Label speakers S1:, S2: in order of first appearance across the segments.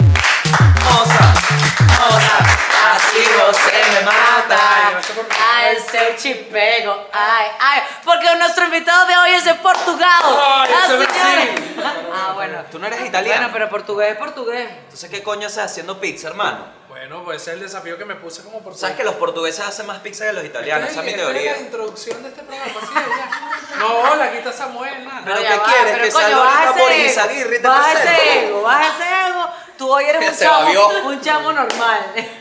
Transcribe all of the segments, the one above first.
S1: Osa, osa, así se me mata.
S2: Ay, ese chipego, ay, ay, porque nuestro invitado de hoy es de Portugal.
S1: Ay,
S2: Ah,
S1: es de Brasil.
S2: señores. Ah, bueno.
S1: Tú no eres
S2: Bueno,
S1: italiano.
S2: pero portugués es portugués.
S1: Entonces, ¿qué coño haces haciendo pizza, hermano?
S3: Bueno, pues ese es el desafío que me puse como por
S1: ¿Sabes que los portugueses hacen más pizza que los italianos? Esa es mi teoría.
S3: la introducción de este programa, sí, o sea, No, hola, aquí está Samuel, nada.
S1: Pero
S2: No,
S1: ¿qué
S2: ya va,
S1: quieres?
S2: pero
S1: Que
S2: coño,
S1: Salvador
S2: baja ese
S1: Caponi
S2: ego,
S1: Izaguirre te
S2: Baja
S1: presente.
S2: ese ego, baja ese ego. Tú hoy eres un
S1: Se
S2: chamo,
S1: babió.
S2: un chamo normal.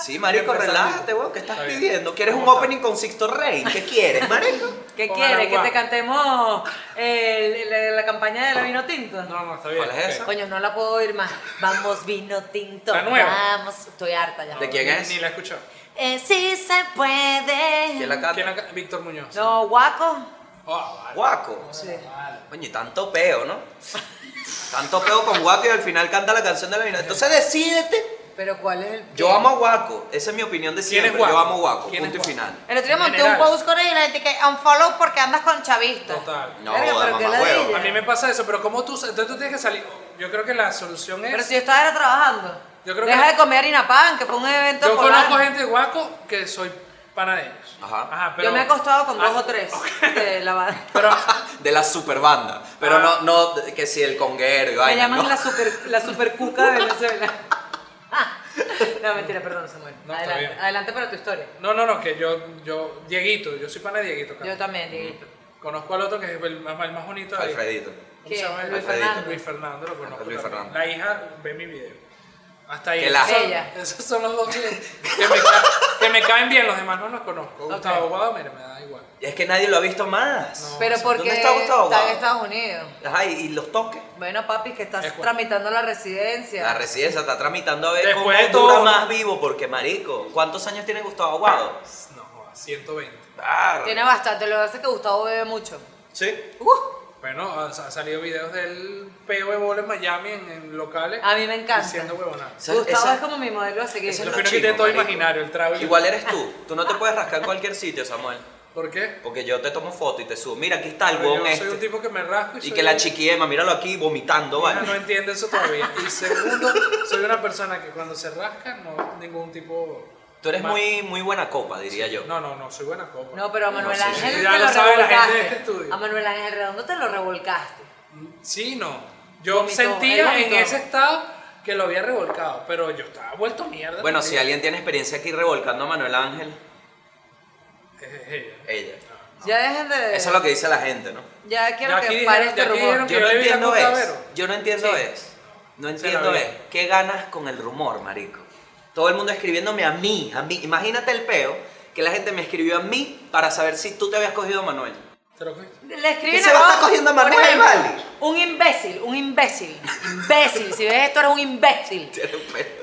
S1: Sí, marico,
S3: Empezando.
S1: relájate, weón. ¿Qué estás
S3: Está bien.
S1: pidiendo? ¿Quieres un
S3: ¿Cómo está?
S1: opening con Sixto Rey? ¿Qué quieres, marico?
S2: ¿Qué
S3: Con
S2: quieres? ¿Que
S3: Aragua.
S2: te cantemos eh, el- el- la campaña de la vino tinto?
S3: No, no, está bien.
S1: ¿Cuál es esa?
S2: Coño, no la puedo oír más. Vamos, vino tinto.
S3: La nueva.
S2: Vamos, estoy harta ya.
S1: ¿De quién
S3: Ni-
S1: es?
S3: Ni la escuchó.
S2: Eh, sí se puede.
S1: ¿Quién la canta?
S3: ¿Quién acá? Víctor Muñoz.
S2: No, guaco.
S3: Oh, vale.
S1: Guaco.
S2: Sí.
S1: Coño, y tanto peo, ¿no? Tanto peo con Guaco y al final canta la canción de la vino. Entonces decídete.
S2: Pero ¿cuál es el
S1: Yo amo a Guaco. Esa es mi opinión de
S3: ¿Quién es
S1: siempre. Yo
S3: Guaco?
S1: amo a Guaco.
S3: ¿Quién es
S1: Punto y
S3: Guaco?
S1: final.
S2: El otro día
S3: En
S2: monté un
S3: general.
S2: post con él y la gente que unfollow porque andas con chavistas.
S3: Total.
S1: No,
S2: Verga,
S1: joda,
S2: pero qué
S1: mamá, huevo.
S2: ladilla.
S3: A mí me pasa eso, pero ¿cómo tú? sa- Entonces tú tienes que salir. Yo creo que la solución es.
S2: Pero si yo estaba era trabajando.
S3: Yo creo que
S2: Deja
S3: no.
S2: de comer harina pan, que fue un evento
S3: Yo
S2: escolar.
S3: conozco gente de Guaco que soy pana de ellos.
S1: Ajá.
S3: pero-
S2: Yo me he acostado con dos
S3: Ah,
S2: o tres
S3: ok.
S2: de la banda.
S3: Pero
S1: De la super banda. Pero
S3: Ah.
S1: no, no, de- que si el conguero y
S2: Me
S1: vaina,
S2: llaman
S1: ¿no?
S2: la super la supercuca de Venezuela. no, mentira, perdón, Samuel.
S3: No, está
S2: adelante,
S3: bien.
S2: adelante para tu historia.
S3: No, no, no, que yo, yo, Dieguito, yo soy pana de Dieguito. cara.
S2: Yo también, Dieguito.
S3: Conozco al otro que es el más, el más bonito. de ahí.
S1: Alfredito.
S3: ¿Cómo
S2: ¿Quién?
S3: se llama él?
S2: Luis
S1: Alfredito.
S2: Fernando.
S3: Luis Fernando, lo conozco. también.
S1: Luis Fernando.
S3: La hija ve mi video. Hasta ahí.
S1: Que la-
S3: Esos son-
S2: Ella.
S3: Esos son los dos que, que me, ca- que me caen bien, los demás no los conozco.
S2: Ok.
S3: Gustavo Guado, mira, me da igual.
S1: Y es que nadie lo ha visto más.
S3: No.
S2: Pero
S1: ¿Dónde
S2: porque
S1: está Gustavo
S2: está en
S1: Guado?
S2: Estados Unidos.
S1: Ajá, y, y los toques.
S2: Bueno, papi, que estás
S3: Es cual.
S2: tramitando la
S1: La
S2: residencia.
S1: residencia está tramitando a ver cómo
S3: Después de
S1: dura
S3: todo-
S1: más vivo, porque marico, ¿cuántos años tiene Gustavo Aguado?
S3: No, joda, 120.
S1: Ah,
S2: Tiene bastante, lo que hace es que Gustavo bebe mucho.
S1: Sí.
S2: Uh,
S3: Bueno, ha, ha salido videos del peo de bola en Miami, en, en locales.
S2: a mí Ah, me encanta.
S3: Diciendo huevonadas.
S1: Esa-
S2: Gustavo
S1: esa-
S2: es como mi modelo a seguir.
S1: esa
S3: Yo
S1: es la
S3: creo que
S1: chiva,
S3: te todo
S1: marico.
S3: imaginario, el trago. y-
S1: Igual eres tú. Tú no te puedes rascar en cualquier sitio, Samuel.
S3: ¿Por qué?
S1: Porque yo te tomo foto y te subo. Mira, aquí está el
S3: Porque
S1: huevón
S3: yo soy un
S1: este.
S3: tipo que me rasco y,
S1: Y
S3: soy
S1: que la
S3: un-
S1: chiquiema, míralo aquí vomitando,
S3: Una no
S1: ¿vale?
S3: entiende eso todavía. Y segundo, soy una persona que cuando se rasca no ningún tipo.
S1: Tú eres
S3: mal-
S1: muy, muy buena copa, diría yo.
S3: No, no, no, soy buena copa.
S2: No, pero a Manuel
S1: No, sí, sí.
S2: Ángel te
S3: Ya
S2: lo
S3: lo sabe la gente de
S2: revolcaste.
S3: este estudio.
S2: a Manuel Ángel Redondo te lo revolcaste.
S3: Sí, no. Yo
S2: Vomitó,
S3: sentía
S2: él
S3: en
S2: vomitó.
S3: ese estado que lo había revolcado, pero yo estaba vuelto mierda.
S1: Bueno, si
S3: también.
S1: alguien tiene experiencia aquí revolcando a Manuel Ángel,
S3: Es ella.
S1: ella.
S2: Ya dejen de.
S1: Eso es lo que dice la gente, ¿no?
S2: Ya quiero
S3: Ya
S2: que
S3: aquí dijeron-
S2: pare este
S3: ya aquí
S2: rumor.
S3: dijeron
S1: Yo
S3: Que
S1: no
S3: yo le vi la
S1: entiendo
S3: punta a
S1: es.
S3: Vero.
S1: Yo no entiendo
S2: Sí.
S1: es. No
S3: Se la
S1: entiendo
S3: vi.
S1: es. ¿Qué ganas con el rumor, marico? Todo el mundo escribiéndome a mí, a mí. Imagínate el peo que la gente me escribió a mí para saber si tú te habías cogido a Manuel.
S3: ¿Te lo cogiste?
S2: Le escriben
S1: ¿Qué se va a estar
S2: abajo,
S1: cogiendo a
S2: por
S1: Manuel,
S2: ejemplo,
S1: vale?
S2: Un imbécil, un imbécil. Imbécil. Si ves esto, eres un imbécil.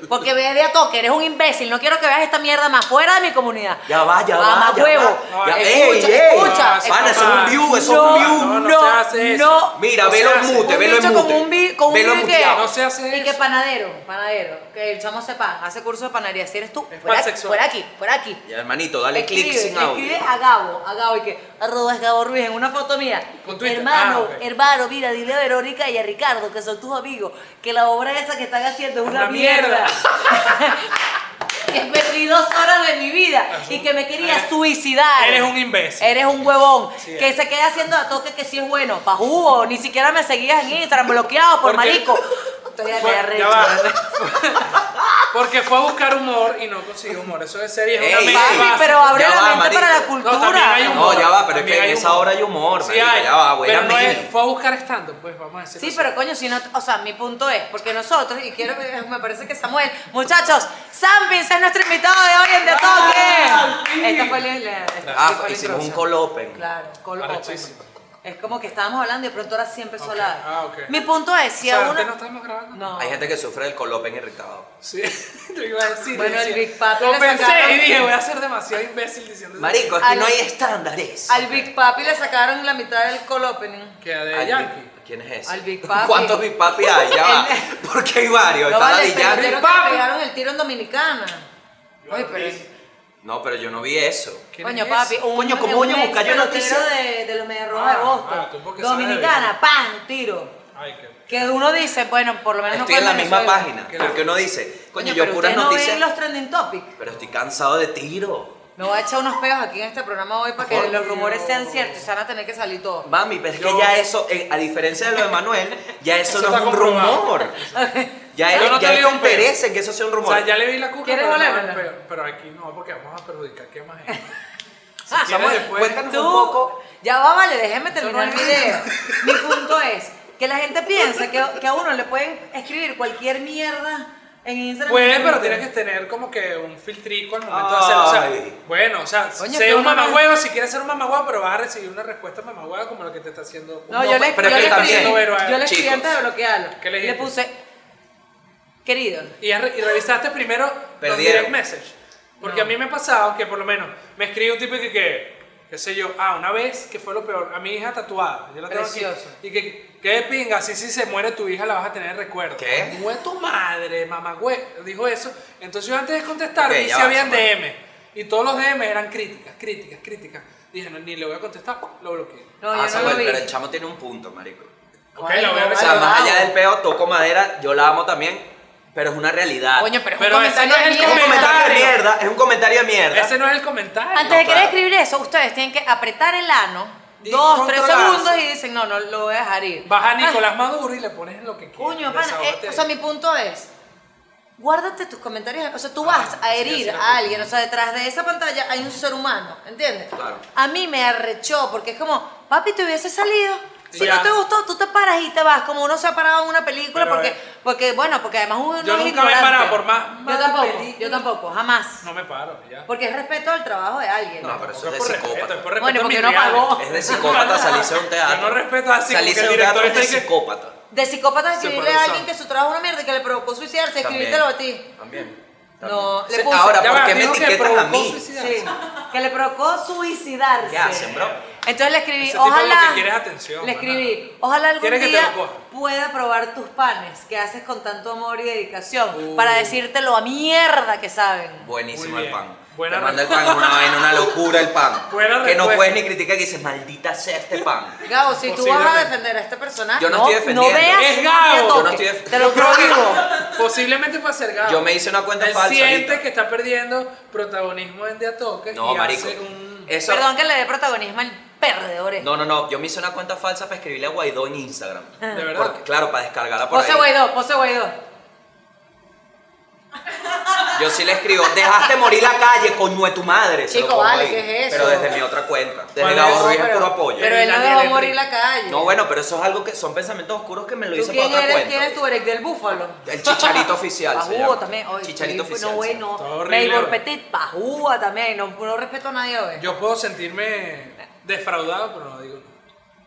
S2: Porque ve de a toque, eres un imbécil. No quiero que veas esta mierda más fuera de mi comunidad.
S1: Ya va, ya
S2: Mamá
S1: va, ya
S2: huevo.
S1: va. Ya-
S2: Escucha,
S1: ¡Ey, ey!
S2: escucha.
S3: No,
S1: Pana, eso es un
S3: papá.
S1: view, eso es
S2: no,
S1: un view.
S3: no, no se hace eso.
S2: no.
S1: Mira,
S3: No se
S1: velo en
S3: hace.
S1: mute,
S2: un
S1: velo
S2: bicho
S1: en
S2: con
S1: mute.
S2: un, bi- con un
S1: Velo
S2: bicho que-
S1: muteado.
S3: No se hace
S2: Y que
S3: eso.
S2: panadero, panadero. Que el chamo se pan, hace curso de panadería. Si eres tú,
S3: Es
S2: por aquí,
S3: pansexual.
S2: por aquí, por aquí.
S1: Ya, hermanito, dale click
S2: Escribe,
S1: sin audio.
S2: escribe a Gabo, a Gabo y que arroba es Gabo Ruiz en una foto mía.
S3: Con Twitter.
S2: Hermano,
S3: Ah, ok.
S2: hermano, mira, dile a Verónica y a Ricardo, que son tus amigos, que la obra esa que están haciendo es una,
S3: Una mierda.
S2: que perdí dos horas de mi vida y que me quería
S3: Ah, Eres-
S2: suicidar.
S3: eres un imbécil.
S2: Eres un huevón.
S3: Sí,
S2: que
S3: eres.
S2: se queda haciendo a toque que sí es bueno. Pa' jugo, ni siquiera me seguías en Instagram, bloqueado
S3: ¿Por
S2: por
S3: qué?
S2: marico. Estoy
S3: Fue-
S2: arrecho.
S3: ya va. Porque fue a buscar humor y no consiguió humor. Eso de serie es una
S1: Ey,
S3: mente
S1: papi,
S3: básica.
S2: pero abre
S1: Ya va,
S2: la mente
S1: marico.
S2: para la
S1: No,
S2: cultura.
S3: también hay un-
S1: No, ya va, pero es que
S3: También
S1: en
S3: hay
S1: esa
S3: humor.
S1: hora hay humor,
S3: Sí
S1: marico,
S3: hay,
S1: ya va, güey,
S3: pero
S1: a
S3: no
S1: mí.
S3: es- fue a buscar estando, pues vamos a decir.
S2: Sí, pero coño, si no, o sea, mi punto es, porque nosotros, y quiero, me parece que Samuel, muchachos, Sam Vince es nuestro invitado de hoy en The
S3: Ah,
S2: Toque.
S3: sí.
S2: Esta fue la, la- esta
S1: Ah,
S2: fue la
S1: hicimos un
S2: introducción.
S1: call open.
S2: Claro, call open.
S3: Arrechísimo.
S2: Es como que estábamos hablando y de pronto ahora sí empezó
S3: Ok,
S2: la...
S3: ah, ok.
S2: Mi punto es,
S3: O
S2: si
S3: sea,
S2: a
S3: antes
S2: uno...
S3: no estamos grabando.
S2: No.
S1: Hay gente que sufre del call open irritado.
S3: Sí, te iba a decir.
S2: Bueno,
S3: yo
S2: el
S3: decía-
S2: Big Papi
S3: Lo
S2: le
S3: pensé
S2: sacaron-
S3: y dije, voy a ser demasiado imbécil diciendo eso.
S1: Marico, aquí
S2: Al-
S1: no hay estándares.
S2: Al Big Papi le sacaron la mitad del call opening.
S3: Que de
S1: Al Big-
S3: Yankee.
S1: ¿Quién es ese?
S2: Al Big Papi.
S1: ¿Cuántos Big Papi hay? Ya va. Porque hay varios.
S2: No
S1: Está la
S2: vale,
S1: de
S2: pero
S1: Yankee.
S2: creo que
S3: Papi.
S2: le pegaron el tiro en Dominicana. Ay, pero...
S1: No, pero yo no vi eso.
S3: ¿Quién
S2: Coño,
S3: es?
S2: papi, un,
S1: Coño, ¿cómo
S2: un
S1: voy a buscar yo
S2: ex
S1: noticias?
S2: pelotero de, de los Medias Rojas
S3: Ah,
S2: de Boston.
S3: ah, tú porque sabes.
S2: Dominicana, pan, tiro.
S3: Ay, qué.
S2: Que uno dice, bueno, por lo menos no
S1: Estoy
S2: fue
S1: en la
S2: Venezuela.
S1: misma página.
S3: Qué
S1: Porque
S3: loco.
S1: uno dice, coño,
S2: pero
S1: yo puras
S2: ustedes
S1: noticias.
S2: no ven los trending topics.
S1: Pero estoy cansado de tiro.
S2: Me voy a echar unos peos aquí en este programa hoy para que
S1: Por
S2: los rumores
S3: Dios.
S2: sean ciertos. Se van a tener que salir todos.
S1: Mami, pero es que
S3: Yo-
S1: ya eso, eh, a diferencia de lo de Manuel, ya eso,
S3: Eso
S1: no es
S3: está
S1: un
S3: comprobado.
S1: rumor. Ya,
S3: Yo
S1: es,
S3: no te
S1: ya
S3: digo
S1: es tu
S3: un pedo.
S1: interés en que eso sea un
S3: O
S1: rumor.
S3: sea, ya le vi la cuca,
S2: ¿Quieres
S3: pero, no,
S2: volverla?
S3: pero, pero aquí no, porque vamos a perjudicar que más gente.
S2: Ah,
S3: Si
S1: Samuel,
S3: quieres después-
S1: cuéntanos
S2: Tú,
S1: un poco.
S2: ya va, vale, déjeme terminar
S3: no
S2: el
S3: es-
S2: video. Mi punto es que la gente piensa que, que a uno le pueden escribir cualquier mierda en Instagram.
S3: Pues, pero tienes que tener como que un filtrico al momento de
S1: Ay.
S3: hacerlo. O sea, bueno, o sea,
S2: Coño,
S3: sé
S2: tú
S3: un
S2: no me-
S3: mamagüevo si quieres ser un mamagüevo, pero vas a recibir una respuesta mamagüeva como la que te está haciendo.
S2: No,
S1: No,
S2: yo le,
S1: pero
S2: yo
S1: que
S2: le
S1: también,
S2: escribí, yo le escribí
S1: chicos.
S2: antes de bloquearlo.
S3: ¿Qué le
S2: le
S3: dijiste?
S2: puse, querido,
S3: Y, has re- y revisaste primero los
S1: Perdieron.
S3: direct message. Porque
S2: No.
S3: a mí me ha pasado que por lo menos me escribe un tipo y que, que, qué sé yo, ah, una vez que fue lo peor, a mi hija tatuada. Yo la tengo aquí.
S2: Precioso.
S3: Y que, qué pinga, así si se muere tu hija la vas a tener de recuerdo.
S1: ¿Qué?
S3: Mue tu madre, mamá, güey. Dijo eso. Entonces yo antes de contestar,
S1: Ok,
S3: vi
S1: ya
S3: si
S1: va,
S3: habían
S1: Samuel.
S3: DM. Y todos los DM eran críticas, críticas, críticas. Dije, no, ni le voy a contestar, lo bloqueé.
S2: no,
S1: Ah,
S2: yo no
S1: Samuel,
S2: lo vi.
S1: pero el chamo tiene un punto, marico.
S3: Ok,
S2: Ay,
S3: lo voy a
S2: no,
S1: O
S3: revisar.
S1: sea,
S2: Ay,
S1: más
S2: wow.
S1: allá del peo, toco madera, yo la amo también, pero es una realidad.
S2: Coño, pero es
S3: Pero
S2: un
S3: ese
S2: comentario
S3: no es el
S2: de
S1: es un
S2: mierda.
S1: comentario de
S3: comentario.
S1: mierda, es un comentario de mierda.
S3: Ese no es el comentario.
S2: Antes de
S1: No,
S2: querer
S1: claro.
S2: escribir eso, ustedes tienen que apretar el ano
S3: Y
S2: dos, tres
S3: controlarse.
S2: segundos y dicen, no, no lo voy a dejar ir.
S3: Vas a Nicolás
S2: Ah,
S3: Maduro y le pones lo que quieras.
S2: Coño, pana, eh,
S3: desahógate.
S2: o sea, mi punto es, guárdate tus comentarios. O sea, tú vas
S3: Ah, sí,
S2: a
S3: sí,
S2: herir
S3: sí,
S2: a alguien. O sea, detrás de esa pantalla hay un ser humano, ¿entiendes?
S1: Claro.
S2: A mí me arrechó porque es como, papi, te hubiese salido. Si
S3: Ya.
S2: no te gustó, tú te paras y te vas, como uno se ha parado en una película,
S3: Pero,
S2: porque,
S3: eh,
S2: porque, bueno, porque además
S3: Yo
S2: uno es
S3: nunca me he
S2: ignorante.
S3: parado, por más
S2: Yo
S3: mala
S2: tampoco,
S3: película.
S2: yo tampoco, jamás.
S3: No me paro, ya.
S2: Porque es respeto al trabajo de alguien.
S1: No, pero eso
S3: Tampoco
S1: es de
S3: por respeto, es
S1: psicópata.
S3: por respeto
S2: Bueno,
S3: a
S2: porque
S3: mis
S2: no
S3: reales.
S2: pagó.
S1: Es de psicópata salirse de un teatro.
S3: Yo no respeto así como que
S1: Salirse de
S3: el
S1: un teatro
S3: director
S1: es de
S3: está ahí que-
S1: psicópata.
S2: De psicópata escribirle a
S3: Supervisor.
S2: alguien que su trabajo es una mierda y que le provocó suicidarse, escribírtelo a ti.
S1: También.
S2: No,
S1: también.
S2: le
S1: Sí,
S2: puse-
S1: Ahora,
S3: Ya
S1: ¿por
S3: va,
S1: qué me
S3: dijo que
S1: etiquetan a
S3: provocó
S1: mí?
S3: suicidio.
S2: Sí. Que le provocó suicidarse.
S1: ¿Qué hacen, bro?
S2: Entonces le escribí,
S3: Ese tipo
S2: ojalá.
S3: lo que quiere es atención,
S2: le
S3: más
S2: escribí, ojalá algún
S3: Quiere que te
S2: día
S3: lo coja.
S2: pueda probar tus panes que haces con tanto amor y dedicación para decirte lo a mierda que saben.
S1: Buenísimo
S3: Muy
S1: el
S3: bien.
S1: pan.
S3: Buena
S1: Te manda el pan, es una vaina, una locura el pan.
S3: Buena
S1: que no
S3: respuesta.
S1: puedes ni criticar que dices, maldita sea este pan.
S2: Gabo, si tú vas a
S3: Posiblemente.
S2: defender a este personaje,
S1: Yo no estoy defendiendo.
S2: veas
S3: Es
S2: un
S3: Gabo.
S2: día
S3: Yo no
S2: toque.
S1: estoy def-
S2: Te lo prohíbo.
S3: Posiblemente para ser gado.
S1: Yo me hice una cuenta
S3: Él
S1: falsa.
S3: siente
S1: ahorita.
S3: que está perdiendo protagonismo en De Atoque
S1: No,
S3: y
S1: marico. Eh,
S3: hace un...
S1: Eso...
S2: Perdón que le dé protagonismo al perdedor. este.
S1: No, no, no. Yo me hice una cuenta falsa para escribirle a Guaidó en Instagram.
S3: De verdad.
S1: Porque, claro, para descargarla por
S2: Pose
S1: ahí.
S2: Guaidó, pose Guaidó.
S1: Yo sí le escribo, dejaste morir la calle, coño de tu madre. se lo
S2: Chico,
S1: pongo
S2: vale,
S1: ahí.
S2: ¿qué es eso?
S1: Pero desde mi otra cuenta. Desde
S3: ¿Cuál
S1: la
S3: es?
S1: Ruiz es
S2: pero-
S1: puro apoyo.
S2: Pero él no
S3: Daniel
S2: dejó
S3: Enrique.
S2: morir la calle.
S1: No, bueno, pero eso es algo que son pensamientos oscuros que me lo
S2: ¿Tú
S1: hice para
S2: quién
S1: otra
S2: eres?
S1: cuenta.
S2: ¿Quién es tu Eric del Búfalo?
S1: El chicharito oficial. se
S2: Pajúa
S1: llama.
S2: también. Oye,
S1: chicharito
S2: sí,
S1: oficial.
S2: No,
S1: se llama.
S3: Está
S2: bueno.
S3: horrible,
S2: Meibor
S3: oye.
S2: Petit, Pajúa también. No, no respeto a nadie hoy. Yo,
S3: Yo puedo sentirme defraudado, pero no digo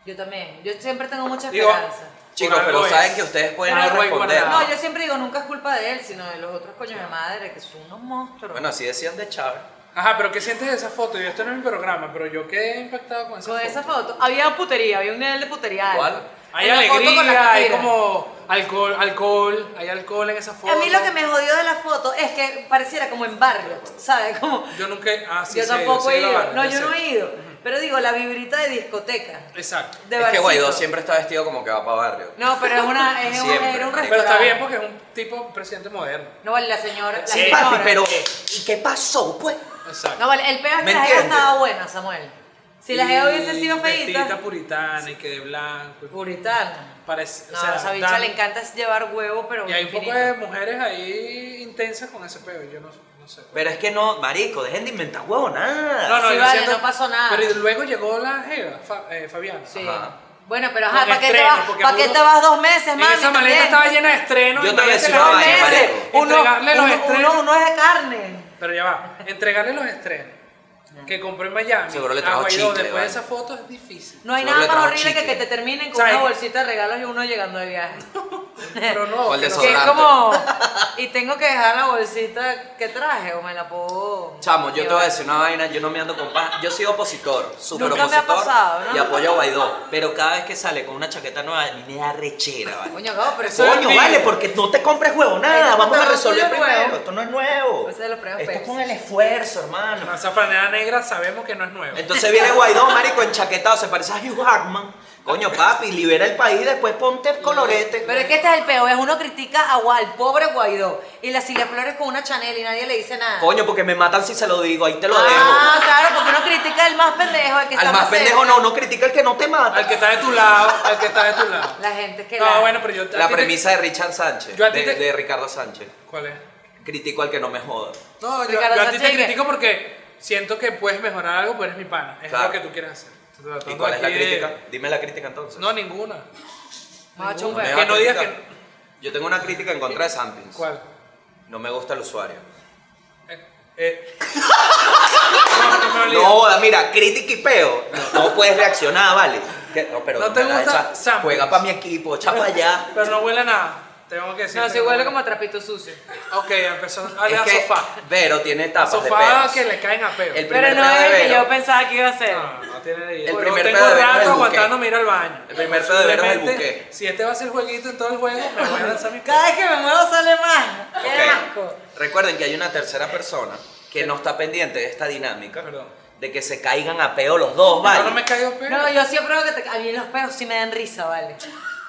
S3: no.
S2: también. Yo siempre tengo mucha
S3: Digo,
S2: esperanza.
S1: Chicos,
S3: Por
S1: pero
S3: algo
S1: saben
S3: es.
S1: que ustedes pueden
S3: Por
S1: no
S3: algo hay
S1: responder.
S3: guardado.
S2: no, yo siempre digo, nunca es culpa de él, sino de los otros coños de madre, que son unos monstruos.
S1: Bueno, así decían de Chávez.
S3: Ajá, pero ¿qué sientes de esa foto? Y esto no es mi programa, pero yo quedé impactado con esa
S2: con
S3: foto.
S2: esa foto había putería, había un nivel de putería.
S1: ¿Cuál?
S2: alto.
S3: Hay
S2: En la foto con la que
S3: alegría, hay
S2: tira.
S3: como alcohol, alcohol, hay alcohol en esa foto.
S2: A mí lo que me jodió de la foto es que pareciera como en Barriot, ¿sabes? Como,
S3: Yo nunca... Ah, sí,
S2: yo
S3: sí,
S2: tampoco
S3: sí,
S2: he
S3: la
S2: ido.
S3: barra,
S2: No,
S3: ya
S2: yo
S3: sé.
S2: no he ido. Pero digo, la vibrita de discoteca.
S3: Exacto.
S1: es
S2: De
S1: que
S2: barcito.
S1: Guaidó siempre está vestido como que va para barrio.
S2: No, pero es una. Es un-
S1: Siempre,
S2: era un
S1: marico.
S2: restaurante.
S3: Pero está bien pues. porque es un tipo un presidente moderno.
S2: No vale la señora. La
S1: Sí,
S2: señora.
S1: papi, pero ¿y qué pasó, pues?
S3: Exacto.
S2: No vale, el peor es
S1: ¿Me
S2: que la jeva
S1: entiendes?
S2: estaba buena, Samuel. Si la jeva hubiese sido
S3: Vestidita
S2: feíta.
S3: puritana y que de blanco. y-
S2: Puritana.
S3: Parece,
S2: No,
S3: o sea,
S2: a esa bicha
S3: dan-
S2: le encanta llevar huevo, pero.
S3: Y hay un
S2: infinito.
S3: poco de mujeres ahí intensas con ese peo. Yo no, no sé.
S1: Pero es que no, marico, dejen de inventar huevo, nada.
S2: Sí,
S3: yo
S2: vale, no pasó nada.
S3: Pero y luego llegó la Jeva, Fa- eh, Fabiana.
S2: Sí.
S1: Ajá.
S2: Bueno, pero ajá,
S3: Con
S2: ¿para qué te
S3: estreno,
S2: vas?
S3: porque
S2: ¿Para qué
S3: uno-
S2: te vas dos meses,
S3: Y
S2: mami?
S3: esa maleta
S2: también?
S3: estaba llena de estrenos.
S1: Yo te voy a
S3: imagínate
S1: decir
S3: la
S1: una
S2: Dos
S1: vaina,
S3: vaina.
S1: vale.
S2: meses.
S1: marico.
S2: Uno,
S3: Entregarle los
S2: uno,
S3: estrenos.
S2: uno- uno es de carne.
S3: Pero ya va. Entregarle los estrenos. Que compró en Miami.
S1: Seguro le
S3: a
S1: trajo
S3: Guaidó,
S1: chicle,
S3: después
S1: vale.
S3: de esa foto es difícil.
S2: No hay
S1: Solo le
S2: nada más
S1: trajo
S2: horrible que
S1: chicle.
S2: que te terminen con
S3: ¿Sabes?
S2: una bolsita de regalos y uno llegando de viaje.
S3: Pero no.
S1: O el
S3: que no.
S2: Que es
S1: desodorante.
S2: como. Y tengo que dejar la bolsita que traje o me la puedo.
S1: Chamo, yo te voy a
S2: llevar?
S1: decir una vaina, yo no me ando con paz. Yo soy opositor, súper
S2: Nunca
S1: opositor.
S2: me ha pasado, ¿no?
S1: Y apoyo a Guaidó. Pero cada vez que sale con una chaqueta nueva, a mí me da rechera, vale.
S2: Coño, no, pero
S3: Eso
S2: eso.
S3: es-
S1: Coño, vale, porque no te compres huevo,
S2: Ay,
S1: nada.
S2: no,
S1: Vamos a
S2: no,
S1: resolver
S2: no, no,
S1: primero.
S2: no.
S1: Esto no es nuevo.
S2: Ese es lo pues. primero,
S1: Esto es
S2: Pepsi.
S1: con el esfuerzo, hermano.
S3: Esa franela negra sabemos que no es nueva.
S1: Entonces viene Guaidó, marico, enchaquetado. Se parece a Hugh Hartman. Coño, papi, libera el país, después ponte el colorete.
S2: Pero es que este es el peor, es uno critica a Gua- al pobre Guaidó y la Silvia Flores con una Chanel y nadie le dice nada.
S1: Coño, porque me matan si se lo digo, ahí te lo
S2: Ah,
S1: dejo.
S2: claro, porque uno critica al más pendejo, al que está
S1: Al más pendejo
S2: cerca.
S1: no, no critica al que no te mata.
S3: Al que está de tu lado, al que está de tu lado.
S2: La gente que
S3: No,
S2: la-
S3: bueno, pero yo. a ti
S1: La
S3: te-
S1: premisa de Richard Sánchez,
S3: Yo a ti
S1: de,
S3: te-
S1: de Ricardo Sánchez.
S3: ¿Cuál es?
S1: Critico al que no me joda.
S3: No, yo,
S2: Ricardo
S3: yo a ti te
S2: Sánchez, ¿qué?
S3: critico porque siento que puedes mejorar algo, pero eres mi pana. Es
S1: Claro.
S3: lo que tú quieres hacer. Estoy tratando
S1: ¿Y cuál es la
S3: aquí de-
S1: crítica? Dime la crítica entonces.
S3: No, ninguna.
S2: Macho, un
S1: me va
S2: perro.
S3: Que
S1: a
S3: no digas
S1: criticar. Yo tengo una crítica en contra de Sampins.
S3: ¿Cuál?
S1: No me gusta el usuario.
S3: Eh, eh. no, no me olvides.
S1: No joda, mira, crítica y peo. No, no puedes reaccionar, vale. Que- No, pero
S3: ¿No te
S1: me la
S3: gusta
S1: echa.
S3: Sampins?
S1: Juega para mi equipo, echa para allá.
S3: Pero no huele a nada. Tengo que decir.
S2: No, se huele como a trapito sucio.
S3: Ok, empezó a
S1: es
S3: leer
S1: que
S3: sofá.
S1: Vero tiene etapas de
S3: Sofá
S1: peos.
S3: que le caen a peo.
S1: El primer
S2: Pero no
S1: peo de
S2: es el que
S1: Vero-
S2: yo pensaba que iba a ser.
S3: No, no tiene idea.
S1: El
S3: Yo
S1: primer
S3: tengo
S1: pedo de Vero es
S3: rato
S1: el
S3: aguantándome ir al baño.
S1: El primer pedo de Vero es el
S3: Posiblemente,
S1: buque.
S3: Si este va a ser el jueguito en todo el juego, me voy a lanzar mi
S2: Cada vez que me muevo sale más. Qué
S1: Ok.
S2: asco.
S1: Recuerden que hay una tercera persona que no está pendiente de esta dinámica.
S3: Perdón.
S1: De que se caigan a peo los dos,
S3: No,
S1: vale.
S3: no me caigo peo.
S2: No, yo siempre veo que te- a mí los peos sí me dan risa, vale.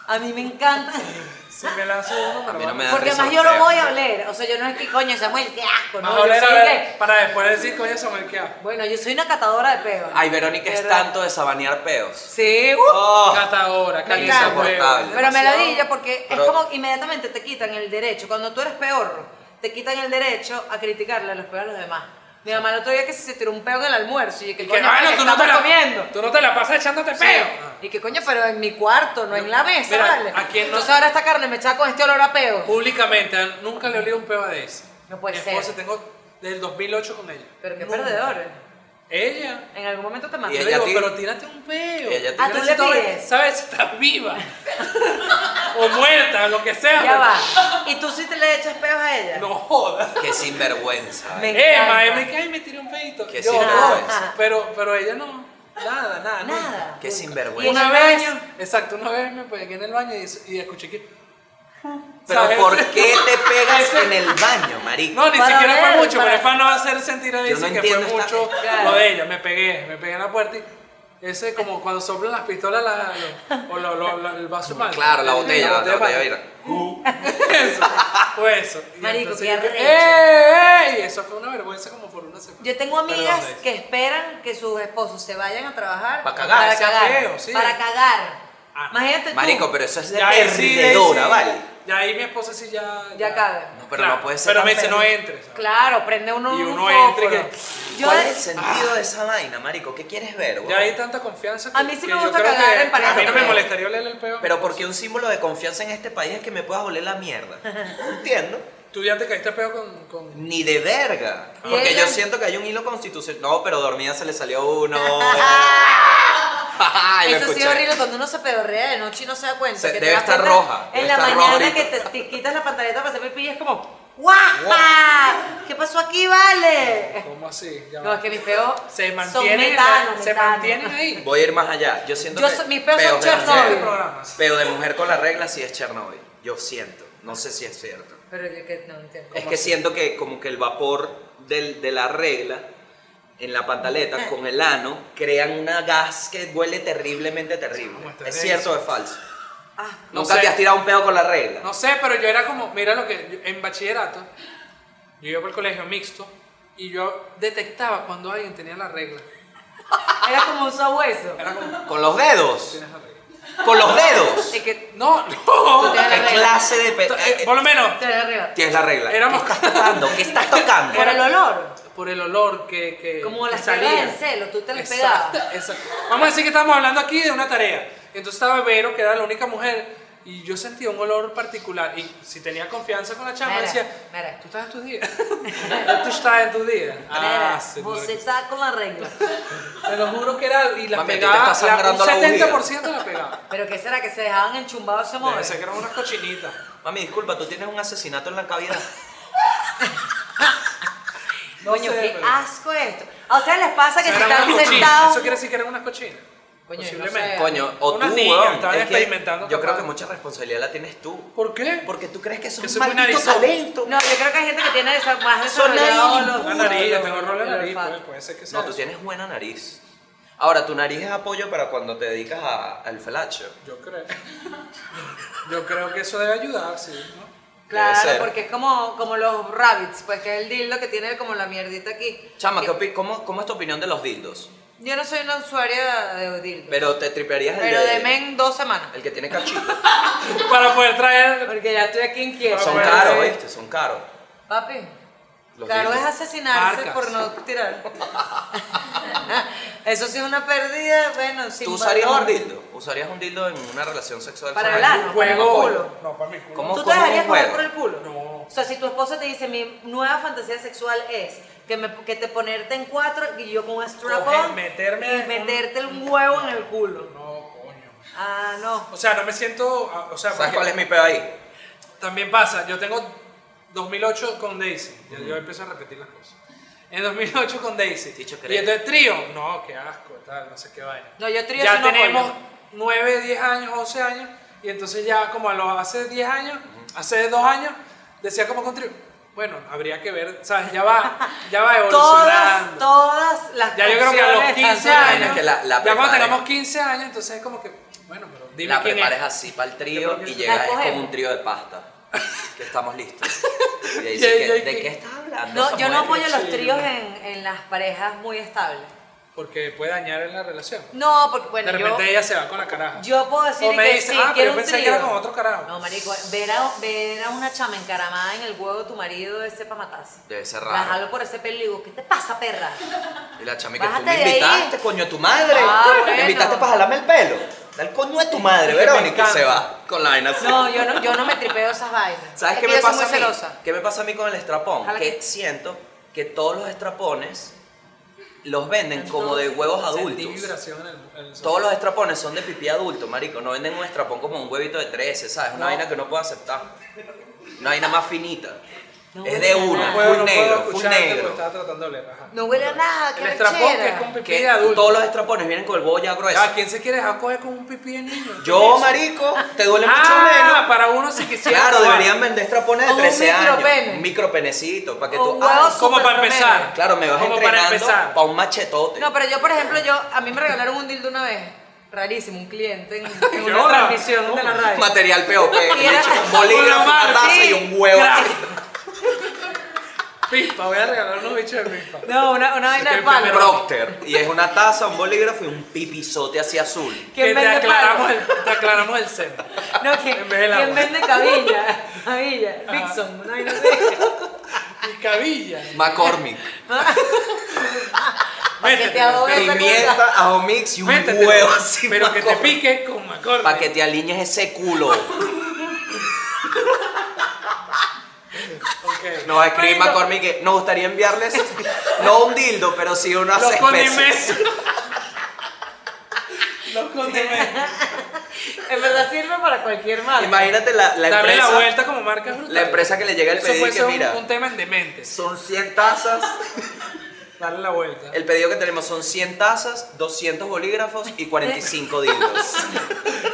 S2: A mí me encantan.
S3: Si me lanzo uno,
S1: A mí
S3: lo
S1: no me
S3: hago.
S1: da
S2: Porque
S1: risa
S2: además
S1: los
S2: yo lo
S1: peos.
S2: voy a oler. O sea, yo no es que coño, Samuel, qué asco.
S3: Vamos
S2: No,
S3: a
S2: yo
S3: oler,
S2: soy
S3: a ver,
S2: de-
S3: para después decir, coño, Samuel, ¿qué hago?
S2: Bueno, yo soy una catadora de peos.
S1: Ay, Verónica es
S2: ¿Verdad?
S1: tanto de sabanear peos.
S2: Sí, uh.
S1: Oh,
S3: Cata ahora,
S2: Me
S3: caliza
S2: encanta.
S1: insoportable.
S3: huevo.
S2: Pero me lo
S1: Demasiado.
S2: di yo porque
S1: Pero-
S2: es como que inmediatamente te quitan el derecho. Cuando tú eres peor, te quitan el derecho a criticarle a los peores a los demás. Mi mamá el otro día que se tiró un peo en el almuerzo y que,
S3: Y que
S2: coño,
S3: no,
S2: ¿qué
S3: tú no, te
S2: estamos
S3: la,
S2: comiendo.
S3: tú no te la pasas echándote
S2: Sí.
S3: peo.
S2: Y que coño, pero en mi cuarto, no en la mesa,
S3: Mira,
S2: ¿vale?
S3: ¿a quién no-
S2: Entonces ahora esta carne me echa con este olor a peo.
S3: Públicamente, a- nunca le olí un peo a Daisy.
S2: No puede
S3: Mi
S2: ser.
S3: esposa, tengo desde el 2008 con ella.
S2: Pero qué
S3: Nunca.
S2: perdedores.
S3: Ella.
S2: En algún momento te
S1: Y
S3: Yo
S2: matan.
S1: ella
S3: le digo,
S1: te-
S3: pero tírate un peo.
S1: Y ella te-
S2: Ah, ¿tú le
S3: Necesito ver,
S2: pides?
S3: ¿Sabes si estás viva? o muerta, lo que sea.
S2: Ya
S3: porque-
S2: va. ¿Y tú sí te le echas peos a ella?
S3: No jodas.
S1: qué sinvergüenza.
S2: Me-
S3: Emma,
S2: encanta.
S3: Emma, que ay, me tiré un peito.
S1: Qué
S3: Yo,
S1: sinvergüenza.
S3: no, pero, pero ella no. Nada, nada. nunca.
S2: Nada.
S1: Qué
S2: Y en
S1: sinvergüenza.
S3: Una
S2: el
S3: vez,
S2: baño.
S3: exacto, una vez me pegué en el baño y, y escuché que. ¿sabes?
S1: Pero ¿por qué te pegas
S3: Ese-
S1: en el baño, marico?
S3: No, ni
S2: Para
S3: siquiera
S2: ver,
S3: fue mucho,
S2: para-
S3: pero es para no hacer sentir a
S1: Yo
S3: Daisy
S1: no
S3: que fue
S1: entiendo esta-
S3: mucho
S2: Claro.
S3: lo de ella. Me pegué, me pegué en la puerta y. Ese como cuando soplan las pistolas la- lo- o lo- lo- lo- el vaso mal.
S1: Claro, la botella, la, la botella, mira.
S3: Eso, fue eso. Y
S2: Marico,
S3: entonces
S2: qué
S3: yo que,
S2: arrecho.
S3: ¡Ey, ey! Y eso fue una vergüenza como por una semana.
S2: Yo tengo
S3: Perdón,
S2: amigas
S3: Daisy.
S2: que esperan que sus esposos se vayan a trabajar
S1: Pa' cagar,
S2: para
S3: sea
S2: cagar,
S3: feo, sí.
S2: para cagar.
S3: Ah, no.
S2: Imagínate tú.
S1: Marico, pero eso es de
S3: Ya ahí sí,
S1: perdedora,
S3: Daisy,
S1: vale.
S3: Ya ahí mi esposa sí ya.
S2: Ya caga.
S1: No, pero no puede ser
S3: Pero
S1: tan
S3: me dice,
S1: perro.
S3: no entres. ¿sabes?
S2: Claro, prende uno
S3: Y
S2: un
S3: uno entra y
S2: fósforo.
S3: que-
S2: Yo
S1: ¿Cuál es el sentido de esa vaina, marico? ¿Qué quieres ver,
S3: Ya hay
S1: güey?
S3: tanta confianza que.
S2: A mí sí
S3: que
S2: me
S3: yo
S2: gusta
S3: creo
S2: cagar
S3: que
S2: en pareja,
S3: A mí no me
S2: pero-
S3: molestaría oler el peo.
S1: Pero porque un símbolo de confianza en este país es que me puedas oler la mierda. No Entiendo.
S3: Tú ya te caíste a peo con. con...
S1: Ni de verga.
S2: Y
S1: Porque
S2: ella-
S1: yo siento que hay un hilo constitucional. No, pero dormida se le salió uno. Ay, lo
S2: Ah, Eso sí es
S1: escuché.
S2: horrible cuando uno se pedorrea de noche y no se da cuenta.
S1: Se-
S2: que te
S1: debe
S2: das
S1: estar
S2: cuenta
S1: roja,
S2: En
S1: debe
S2: la
S1: estar roja
S2: mañana
S1: ahorita.
S2: que te, te quitas la pantaleta para hacer pipí y es como ¡guapa! ¿Qué pasó aquí, vale?
S3: ¿Cómo así? Ya
S2: No,
S3: va.
S2: es que mis peos
S3: Se
S2: son
S3: mantienen, en la-
S2: metano,
S3: se
S2: metano.
S3: mantienen ahí.
S1: Voy a ir más allá. Yo siento
S2: Yo
S1: que
S2: so- mis peos son
S1: de
S2: Chernobyl.
S1: mujer.
S3: Programa, sí.
S1: Peo de mujer con la regla sí es Chernobyl. Yo siento. No sé si es cierto.
S2: Pero yo que no entiendo.
S1: Es
S3: ¿Cómo
S1: que
S3: así?
S1: siento que como que el vapor del- de la regla en la
S2: Eh.
S1: pantaleta con el ano crean una gas que huele terriblemente terrible.
S3: ¿Cómo está
S1: ¿Es
S3: eso?
S1: cierto o es falso?
S2: Ah,
S3: no
S1: Nunca
S3: sé.
S1: te has tirado un peo con la regla.
S3: No sé, pero yo era como, mira lo que, yo- en bachillerato, yo iba por el colegio mixto y yo detectaba cuando alguien tenía la regla.
S2: Era como un sabueso.
S3: Era como,
S1: Con los dedos.
S3: tienes la regla.
S1: Con los dedos.
S2: Y que
S3: No,
S2: Tú
S3: no.
S2: tienes- la
S1: ¿Qué
S2: regla.
S1: clase de pe-
S3: Eh,
S1: eh,
S3: Por lo menos,
S2: te da arriba.
S1: Tienes la regla.
S3: éramos
S1: ¿Qué estás tocando? ¿Qué estás tocando?
S2: Por el olor.
S3: por el olor que, que
S2: Como
S3: que
S2: las pegadas en celo, tú te las pegabas.
S3: Exacto, exacto. Vamos a decir que estábamos hablando aquí de una tarea. Entonces estaba Vero, que era la única mujer y yo sentía un olor particular. Y si tenía confianza con la chama,
S2: Mira,
S3: decía,
S2: mira.
S3: tú estás en tu día. tú estás en tu día.
S2: Mira,
S3: Ah, seguro
S2: Você
S3: que-
S2: está con la regla.
S3: Te lo juro que era, y la
S1: Mami, a ti te
S3: pegaba,
S1: está
S3: la-
S1: sangrando
S3: un
S1: la
S3: 70% la pegaba.
S2: ¿Pero qué será? ¿Que se dejaban enchumbados ese
S3: Debe
S2: móvil?
S3: ser que eran unas cochinitas.
S1: Mami, disculpa, tú tienes un asesinato en la cavidad.
S3: No
S2: Coño,
S3: sé,
S2: qué
S3: pero-
S2: asco esto. ¿A ustedes les pasa que
S3: O sea,
S2: se
S3: eran
S2: están
S3: unas cochinas.
S2: sentados?
S3: Eso quiere decir que eran unas cochinas.
S2: Coño, yo no
S3: Posiblemente.
S2: sé.
S1: Coño, o
S3: Unas
S1: tú,
S3: niñas,
S1: weón.
S3: estaban
S1: Es que
S3: experimentando
S1: Yo creo
S3: capaz.
S1: que mucha responsabilidad la tienes tú.
S3: ¿Por qué?
S1: Porque tú crees que eso
S3: Que
S1: es
S3: soy
S1: un
S3: muy
S1: maldito
S3: narizón.
S1: talento.
S2: No, yo creo que hay gente que tiene desa- más
S1: Eso nadie
S2: desarrollado
S1: le
S2: los-
S3: La nariz,
S2: los-
S3: yo tengo rol en la
S2: el
S3: nariz, pues.
S2: olfato.
S3: puede, puede ser que sea.
S1: No, tú tienes buena nariz. Ahora, tu nariz es apoyo para cuando te dedicas a- al felacho.
S3: Yo creo. Yo creo que eso debe ayudar, sí. ¿no?
S1: Debe
S2: Claro,
S1: ser.
S2: porque es como, como los rabbits, pues que es el dildo que tiene como la mierdita aquí.
S1: Chama, ¿qué
S2: Que-
S1: opi- cómo, cómo es tu opinión de los dildos?
S2: Yo no soy una usuaria de dildo. Pero,
S1: Pero te tripearías el de...
S2: deme en dos semanas.
S1: El que tiene cachito.
S3: Para poder traer.
S2: Porque ya estoy aquí inquieta.
S1: Son
S3: bueno,
S1: caros,
S3: sí.
S1: este, son caros.
S2: Papi,
S1: Los
S2: claro
S1: dildos.
S2: es asesinarse
S3: Marcas.
S2: por no tirar. Eso sí es una pérdida, bueno, sin
S1: ¿Tú usarías un
S2: valor.
S1: dildo? ¿Usarías un dildo en una relación sexual?
S2: Para
S1: solamente?
S2: hablar, no, para
S3: Juego.
S2: el culo.
S3: No, para mi culo.
S1: ¿Cómo?
S2: ¿Tú te dejarías
S1: un
S2: coger
S1: juego?
S2: por el culo?
S3: No.
S2: O sea, si tu esposa te dice, mi nueva fantasía sexual es que, me, que te ponerte en cuatro y yo con un
S3: Coger,
S2: strap-on
S3: meterme
S2: y
S3: un-
S2: meterte un huevo en el culo.
S3: No, coño.
S2: Ah, no.
S3: O sea, no me siento. ah, O sea,
S1: ¿Sabes
S3: porque
S1: cuál es mi peo ahí?
S3: también pasa. Yo tengo 2008 con Daisy. Ya Yo empiezo a repetir las cosas. En 2008 con Daisy.
S1: Dicho que
S3: y
S1: le-
S3: entonces trío. No, qué asco, tal, no sé qué vaina.
S2: No, yo trío
S3: ya
S2: sí no
S3: tenemos
S2: coño.
S3: 9, 10 años, 11 años, y entonces ya como a los hace 10 años, hace 2 años, decía como con trío, bueno, habría que ver, ¿sabes? Ya va, ya va
S2: Todas,
S3: evolucionando.
S2: todas las
S3: ya yo creo que a los
S2: opciones
S3: 15
S2: están-
S1: vaina
S3: años,
S1: que la- la
S3: ya cuando
S1: prepares.
S3: tengamos 15 años, entonces es como que, bueno, pero dime
S1: la
S3: quién
S1: prepares
S3: es.
S1: así para el trío y
S3: La
S1: llegas es como
S2: cogemos.
S1: un trío de pasta. Que estamos listos. Y ahí
S3: Y
S1: dice
S3: ahí-
S1: que,
S3: y ahí
S1: ¿De
S3: que-
S1: qué estás hablando?
S2: No, yo no
S1: Samuel?
S2: apoyo los
S3: Sí.
S2: tríos en, en las parejas muy estables.
S3: Porque puede dañar en la relación.
S2: No, porque
S3: De
S2: bueno, yo,
S3: repente ella se va con la caraja.
S2: yo puedo decir
S3: o me
S2: que
S3: dice,
S2: sí,
S3: ah, pero yo
S2: quiero un
S3: pensé
S2: trío.
S3: que era con otro carajo.
S2: No, marico, ver a, ver a una chama encaramada en el huevo de tu marido es para matarse.
S1: Debe ser raro.
S2: Bájalo por ese peligro. ¿Qué te pasa, perra?
S1: Y la chama y que tú
S2: Bájate
S1: me
S2: de ahí.
S1: invitaste, coño, tu madre.
S2: Ah,
S1: Me
S2: bueno.
S1: invitaste para jalarme el pelo. Da el coño a tu madre,
S3: me
S1: Verónica. Y
S3: encanta.
S1: se va con la vaina así.
S2: No, yo no, yo no me tripeo esas vainas.
S1: ¿Sabes
S2: Es
S1: qué
S2: que
S1: me
S2: yo soy
S1: pasa a
S2: muy
S1: mí?
S2: celosa.
S1: ¿Qué me pasa a mí con el estrapón?
S2: Ojalá
S1: Que
S2: que-
S1: siento que todos los estrapones los venden como de huevos
S3: Sentí
S1: adultos.
S3: vibración en el- en el sofá.
S1: Todos los estrapones son de pipí adulto, marico. No venden un estrapón como un huevito de 13, ¿sabes? Una
S3: No.
S1: vaina que no puedo aceptar. Una vaina más finita.
S2: No,
S1: es de
S2: no,
S1: una,
S3: No
S2: no
S1: full
S3: puedo, no
S1: negro,
S3: puedo
S1: full
S3: escucharte porque
S1: negro.
S3: Estaba tratando de leer. ajá.
S2: No huele a nada,
S3: El
S2: qué
S3: estrapón que es con
S2: rechera.
S3: pipí
S1: Que
S3: de adulto. Ah,
S1: todos los estrapones vienen con el huevo ya grueso.
S3: ¿A quién se quiere dejar coger con un pipí de niño?
S1: Yo, marico, te duele
S3: ah,
S1: mucho menos.
S3: para uno si quisiera.
S1: Claro,
S3: probar.
S1: deberían vender estrapones de
S2: O un
S1: 13 años.
S2: micropene.
S1: Un micropenecito, para que
S2: O
S1: tú...
S2: un
S1: Ah,
S2: huevo
S3: Como para
S2: superpromedio.
S3: empezar.
S1: Claro, me vas
S3: Como para
S1: entrenando
S3: empezar.
S1: para, un machetote.
S2: No, pero yo, por ejemplo, yo, a mí me regalaron un dildo una vez. Rarísimo, un cliente en, en
S3: ¿Qué
S2: una
S3: hora?
S2: transmisión de la radio.
S1: Material POP,
S2: Y era-
S1: bicho, un bolígrafo,
S3: Una
S1: una
S3: mano,
S1: taza
S3: sí.
S1: y un huevo.
S3: Claro.
S1: así.
S3: Pipa, voy a regalar unos bichos de pipa.
S2: No, una, una vaina
S3: Que
S2: de palo.
S3: primero-
S1: Procter. Y es una taza, un bolígrafo y un pipizote así azul.
S3: Que
S2: ¿Quién
S3: te
S2: vende
S3: aclaramos,
S2: palo?
S3: el, te aclaramos el seno.
S2: No, ¿quién,
S3: en vez del
S2: quién
S3: agua.
S2: vende cabilla? Cabilla, Dixon, una vaina así.
S3: Y cabilla.
S1: McCormick.
S2: Para que
S3: Métete.
S2: te adobe esa cosa.
S1: Pimienta, ajo mix y un
S3: Métetelo.
S1: huevo así.
S3: Pero que te pique con McCormick.
S1: Para que te alinees ese culo.
S3: Ok.
S1: Nos escribe
S2: Marico.
S1: McCormick que nos gustaría enviarles no un dildo, pero sí unas
S3: Los
S1: especies.
S3: condimentos. Los condimentos.
S2: En verdad sirve para cualquier mal.
S1: Imagínate la, la
S3: Dame
S1: empresa.
S3: la vuelta como marca brutal.
S1: la empresa que le llega el
S3: Eso
S1: pedido y
S3: puede
S1: que,
S3: ser un-
S1: mira.
S3: Un, tema en dementes.
S1: Son 100 tazas.
S3: Darle la vuelta.
S1: El pedido que tenemos son 100 tazas, 200 bolígrafos y 45 dildos.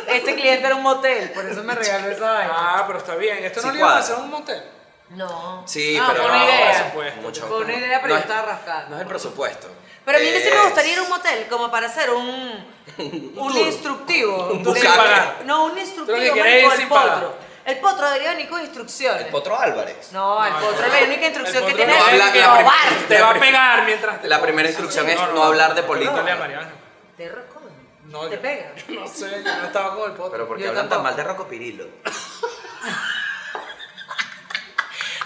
S2: Este cliente era un motel, por eso me regaló esa vaina.
S3: Ah, pero está bien. Esto no
S1: Sí
S3: le iba a
S1: cuadra.
S3: hacer un motel.
S2: No.
S1: Sí,
S2: Ah,
S1: pero
S2: fue
S1: no,
S2: una
S1: por
S2: idea.
S3: supuesto.
S1: Mucho.
S2: Fue una idea,
S1: No
S2: pero yo
S1: es-
S2: estaba rascada.
S1: No es el presupuesto.
S2: Pero a mí sí me
S1: Es-
S2: gustaría ir a un motel, como para hacer un, un
S1: tour.
S2: instructivo.
S1: Un
S2: de-
S1: bucaque.
S2: No, un
S3: Tú lo
S2: instructivo,
S3: que quieres
S2: marico,
S3: es ir
S2: el
S3: sin pagar.
S2: potro. El potro debería venir con instrucciones.
S1: El Potro Álvarez.
S2: No, el
S3: No, el
S2: potro es
S3: potro-
S2: la única instrucción
S3: el
S2: que
S3: potro
S2: tiene
S1: no
S2: es
S1: habla- la prim-
S2: robar.
S3: Te va a
S1: prim-
S3: pegar mientras te Ah,
S1: La primera instrucción es no hablar de política.
S3: Pregúntale a María Ángel.
S2: Te recogen.
S3: No,
S2: te
S3: yo-
S2: pega.
S3: No sé, yo no estaba con el potro.
S1: Pero porque
S2: Yo
S1: hablan tan
S2: tampoco.
S1: mal de Rocopirilo.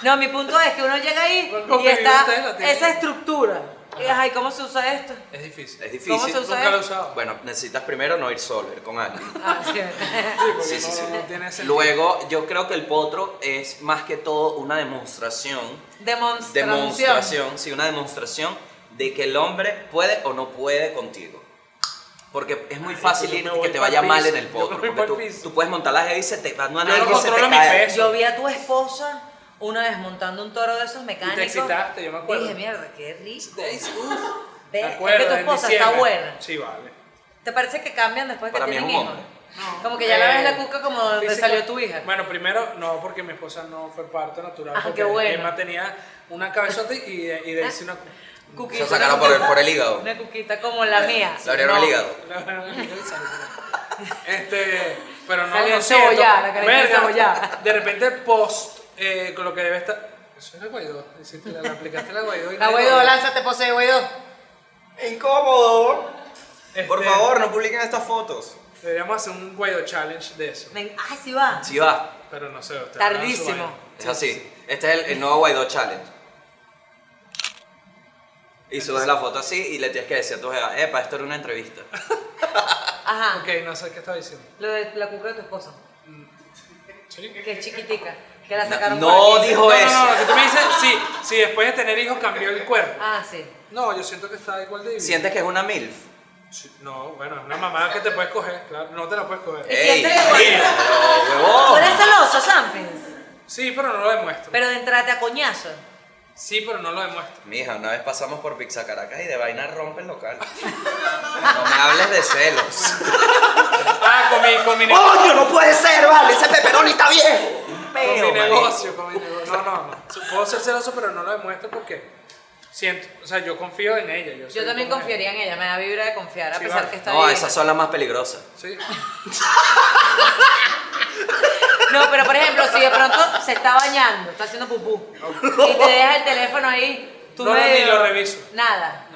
S2: No, mi punto es que uno llega ahí
S3: Bueno,
S2: y
S3: ustedes
S2: está
S3: la tienen.
S2: esa estructura. Ay, ¿cómo se usa esto?
S3: Es difícil.
S1: Es
S2: ¿Cómo
S1: difícil.
S2: se usa
S3: Nunca lo he
S2: esto?
S3: usado.
S1: Bueno, necesitas primero no ir solo, ir con alguien.
S2: Ah, sí.
S3: Sí, porque
S1: sí, sí,
S3: no-
S1: sí.
S3: no tiene sentido.
S1: Luego, yo creo que el potro es más que todo una demostración
S2: Demonstración.
S1: demostración, sí, una demostración de que el hombre puede o no puede contigo. Porque es muy
S3: Ay,
S1: fácil
S3: yo
S1: ir
S3: me
S1: y que
S3: voy
S1: te
S3: pa'l
S1: vaya mal
S3: piso,
S1: en
S3: yo
S1: el
S3: me
S1: potro.
S3: voy
S1: Porque tú,
S3: pa'l piso.
S1: tú puedes montar la jeva y se te va a
S3: Yo no
S1: nadie y se te
S3: controlo mi
S1: cae.
S3: peso.
S2: Yo vi a tu esposa una vez montando un toro de esos mecánicos.
S3: excitaste, yo me acuerdo.
S2: Y dije, mierda, qué rico.
S3: Days, uh, ¿te
S2: Ve, es que tu
S3: acuerdas? En
S2: esposa está
S3: diciembre.
S2: buena.
S3: Sí, vale.
S2: ¿Te parece que cambian después de que
S1: Para mí
S2: tienen
S1: es un
S2: hijos?
S1: hombre.
S2: Como que ya la ves
S3: Eh,
S2: la cuca como donde
S3: física-
S2: salió tu hija.
S3: Bueno, primero, no, porque mi esposa no fue parto natural.
S2: Ah,
S3: porque
S2: qué bueno. Ah.
S3: Emma tenía una cabezota y de, y de ahí sí una.
S2: Cuquita.
S1: Se sacaron por el, por el hígado.
S2: Una cuquita como la mía.
S1: Se abrieron
S2: No.
S1: el hígado.
S3: este, pero no,
S2: Salió
S3: no siento.
S2: cebollada, la carita
S3: Verga,
S2: cebollada.
S3: De repente, post, eh, con lo que debe estar. Eso es la Guaidó. Hiciste la, la aplicaste la Guaidó. y
S2: La Guaidó, lánzate, posee Guaidó.
S1: Incómodo.
S3: Este,
S1: Por favor, no publiquen estas fotos.
S3: Deberíamos hacer un Guaidó challenge de eso.
S2: Ven, ah, sí va.
S1: Sí va,
S3: Pero no sé. ustedes hagan su
S2: Tardísimo.
S3: vaina.
S1: es así. Este es el, el nuevo Guaidó Challenge. Y subes la foto así y le tienes que decir a tu jeva, epa, esto era una entrevista.
S2: Ajá.
S3: Ok, no sé qué estaba diciendo.
S2: Lo de la cuca de tu esposa.
S3: Sí.
S2: Que es chiquitica. Que la sacaron
S1: No,
S2: por aquí.
S1: dijo
S3: No,
S1: eso.
S3: no, no, lo que tú me dices, sí, sí, después de tener hijos cambió el cuerpo.
S2: Ah, sí.
S3: No, yo siento que está igual de divino.
S1: ¿Sientes que es una MILF?
S3: Sí, No, bueno, es una mamada que te puedes coger, claro, no te la puedes coger.
S2: Eh. sientes que-
S1: pero,
S2: Tú
S1: huevón.
S2: eres celoso, Sampins.
S3: Sí, pero no lo demuestro.
S2: Pero de entrarte a coñazo.
S3: Sí, pero no lo demuestro.
S1: Mija, una vez pasamos por Pizza Caracas y de vaina rompe el local. No me hables de celos.
S3: Ah, con mi, con mi, ne-
S1: ¡Coño, no puede ser, vale! ¡Ese pepperoni está viejo!
S3: con mi
S2: Oh,
S1: Feo,
S3: negocio, con mi negocio. No, no, no. Puedo ser celoso, pero no lo demuestro porque siento, o sea, yo confío en ella. Yo,
S2: Yo
S3: soy
S2: también
S3: como ella.
S2: confiaría en ella, me da vibra de confiar, a
S3: Sí,
S2: pesar
S3: vale.
S2: que está
S1: No,
S2: bien.
S1: esas son las más peligrosas.
S3: Sí.
S2: No, pero por ejemplo, si de pronto se está bañando, está haciendo pupú, y te deja el teléfono ahí, tú
S3: No, no,
S2: medio-
S3: ni lo reviso.
S2: Nada.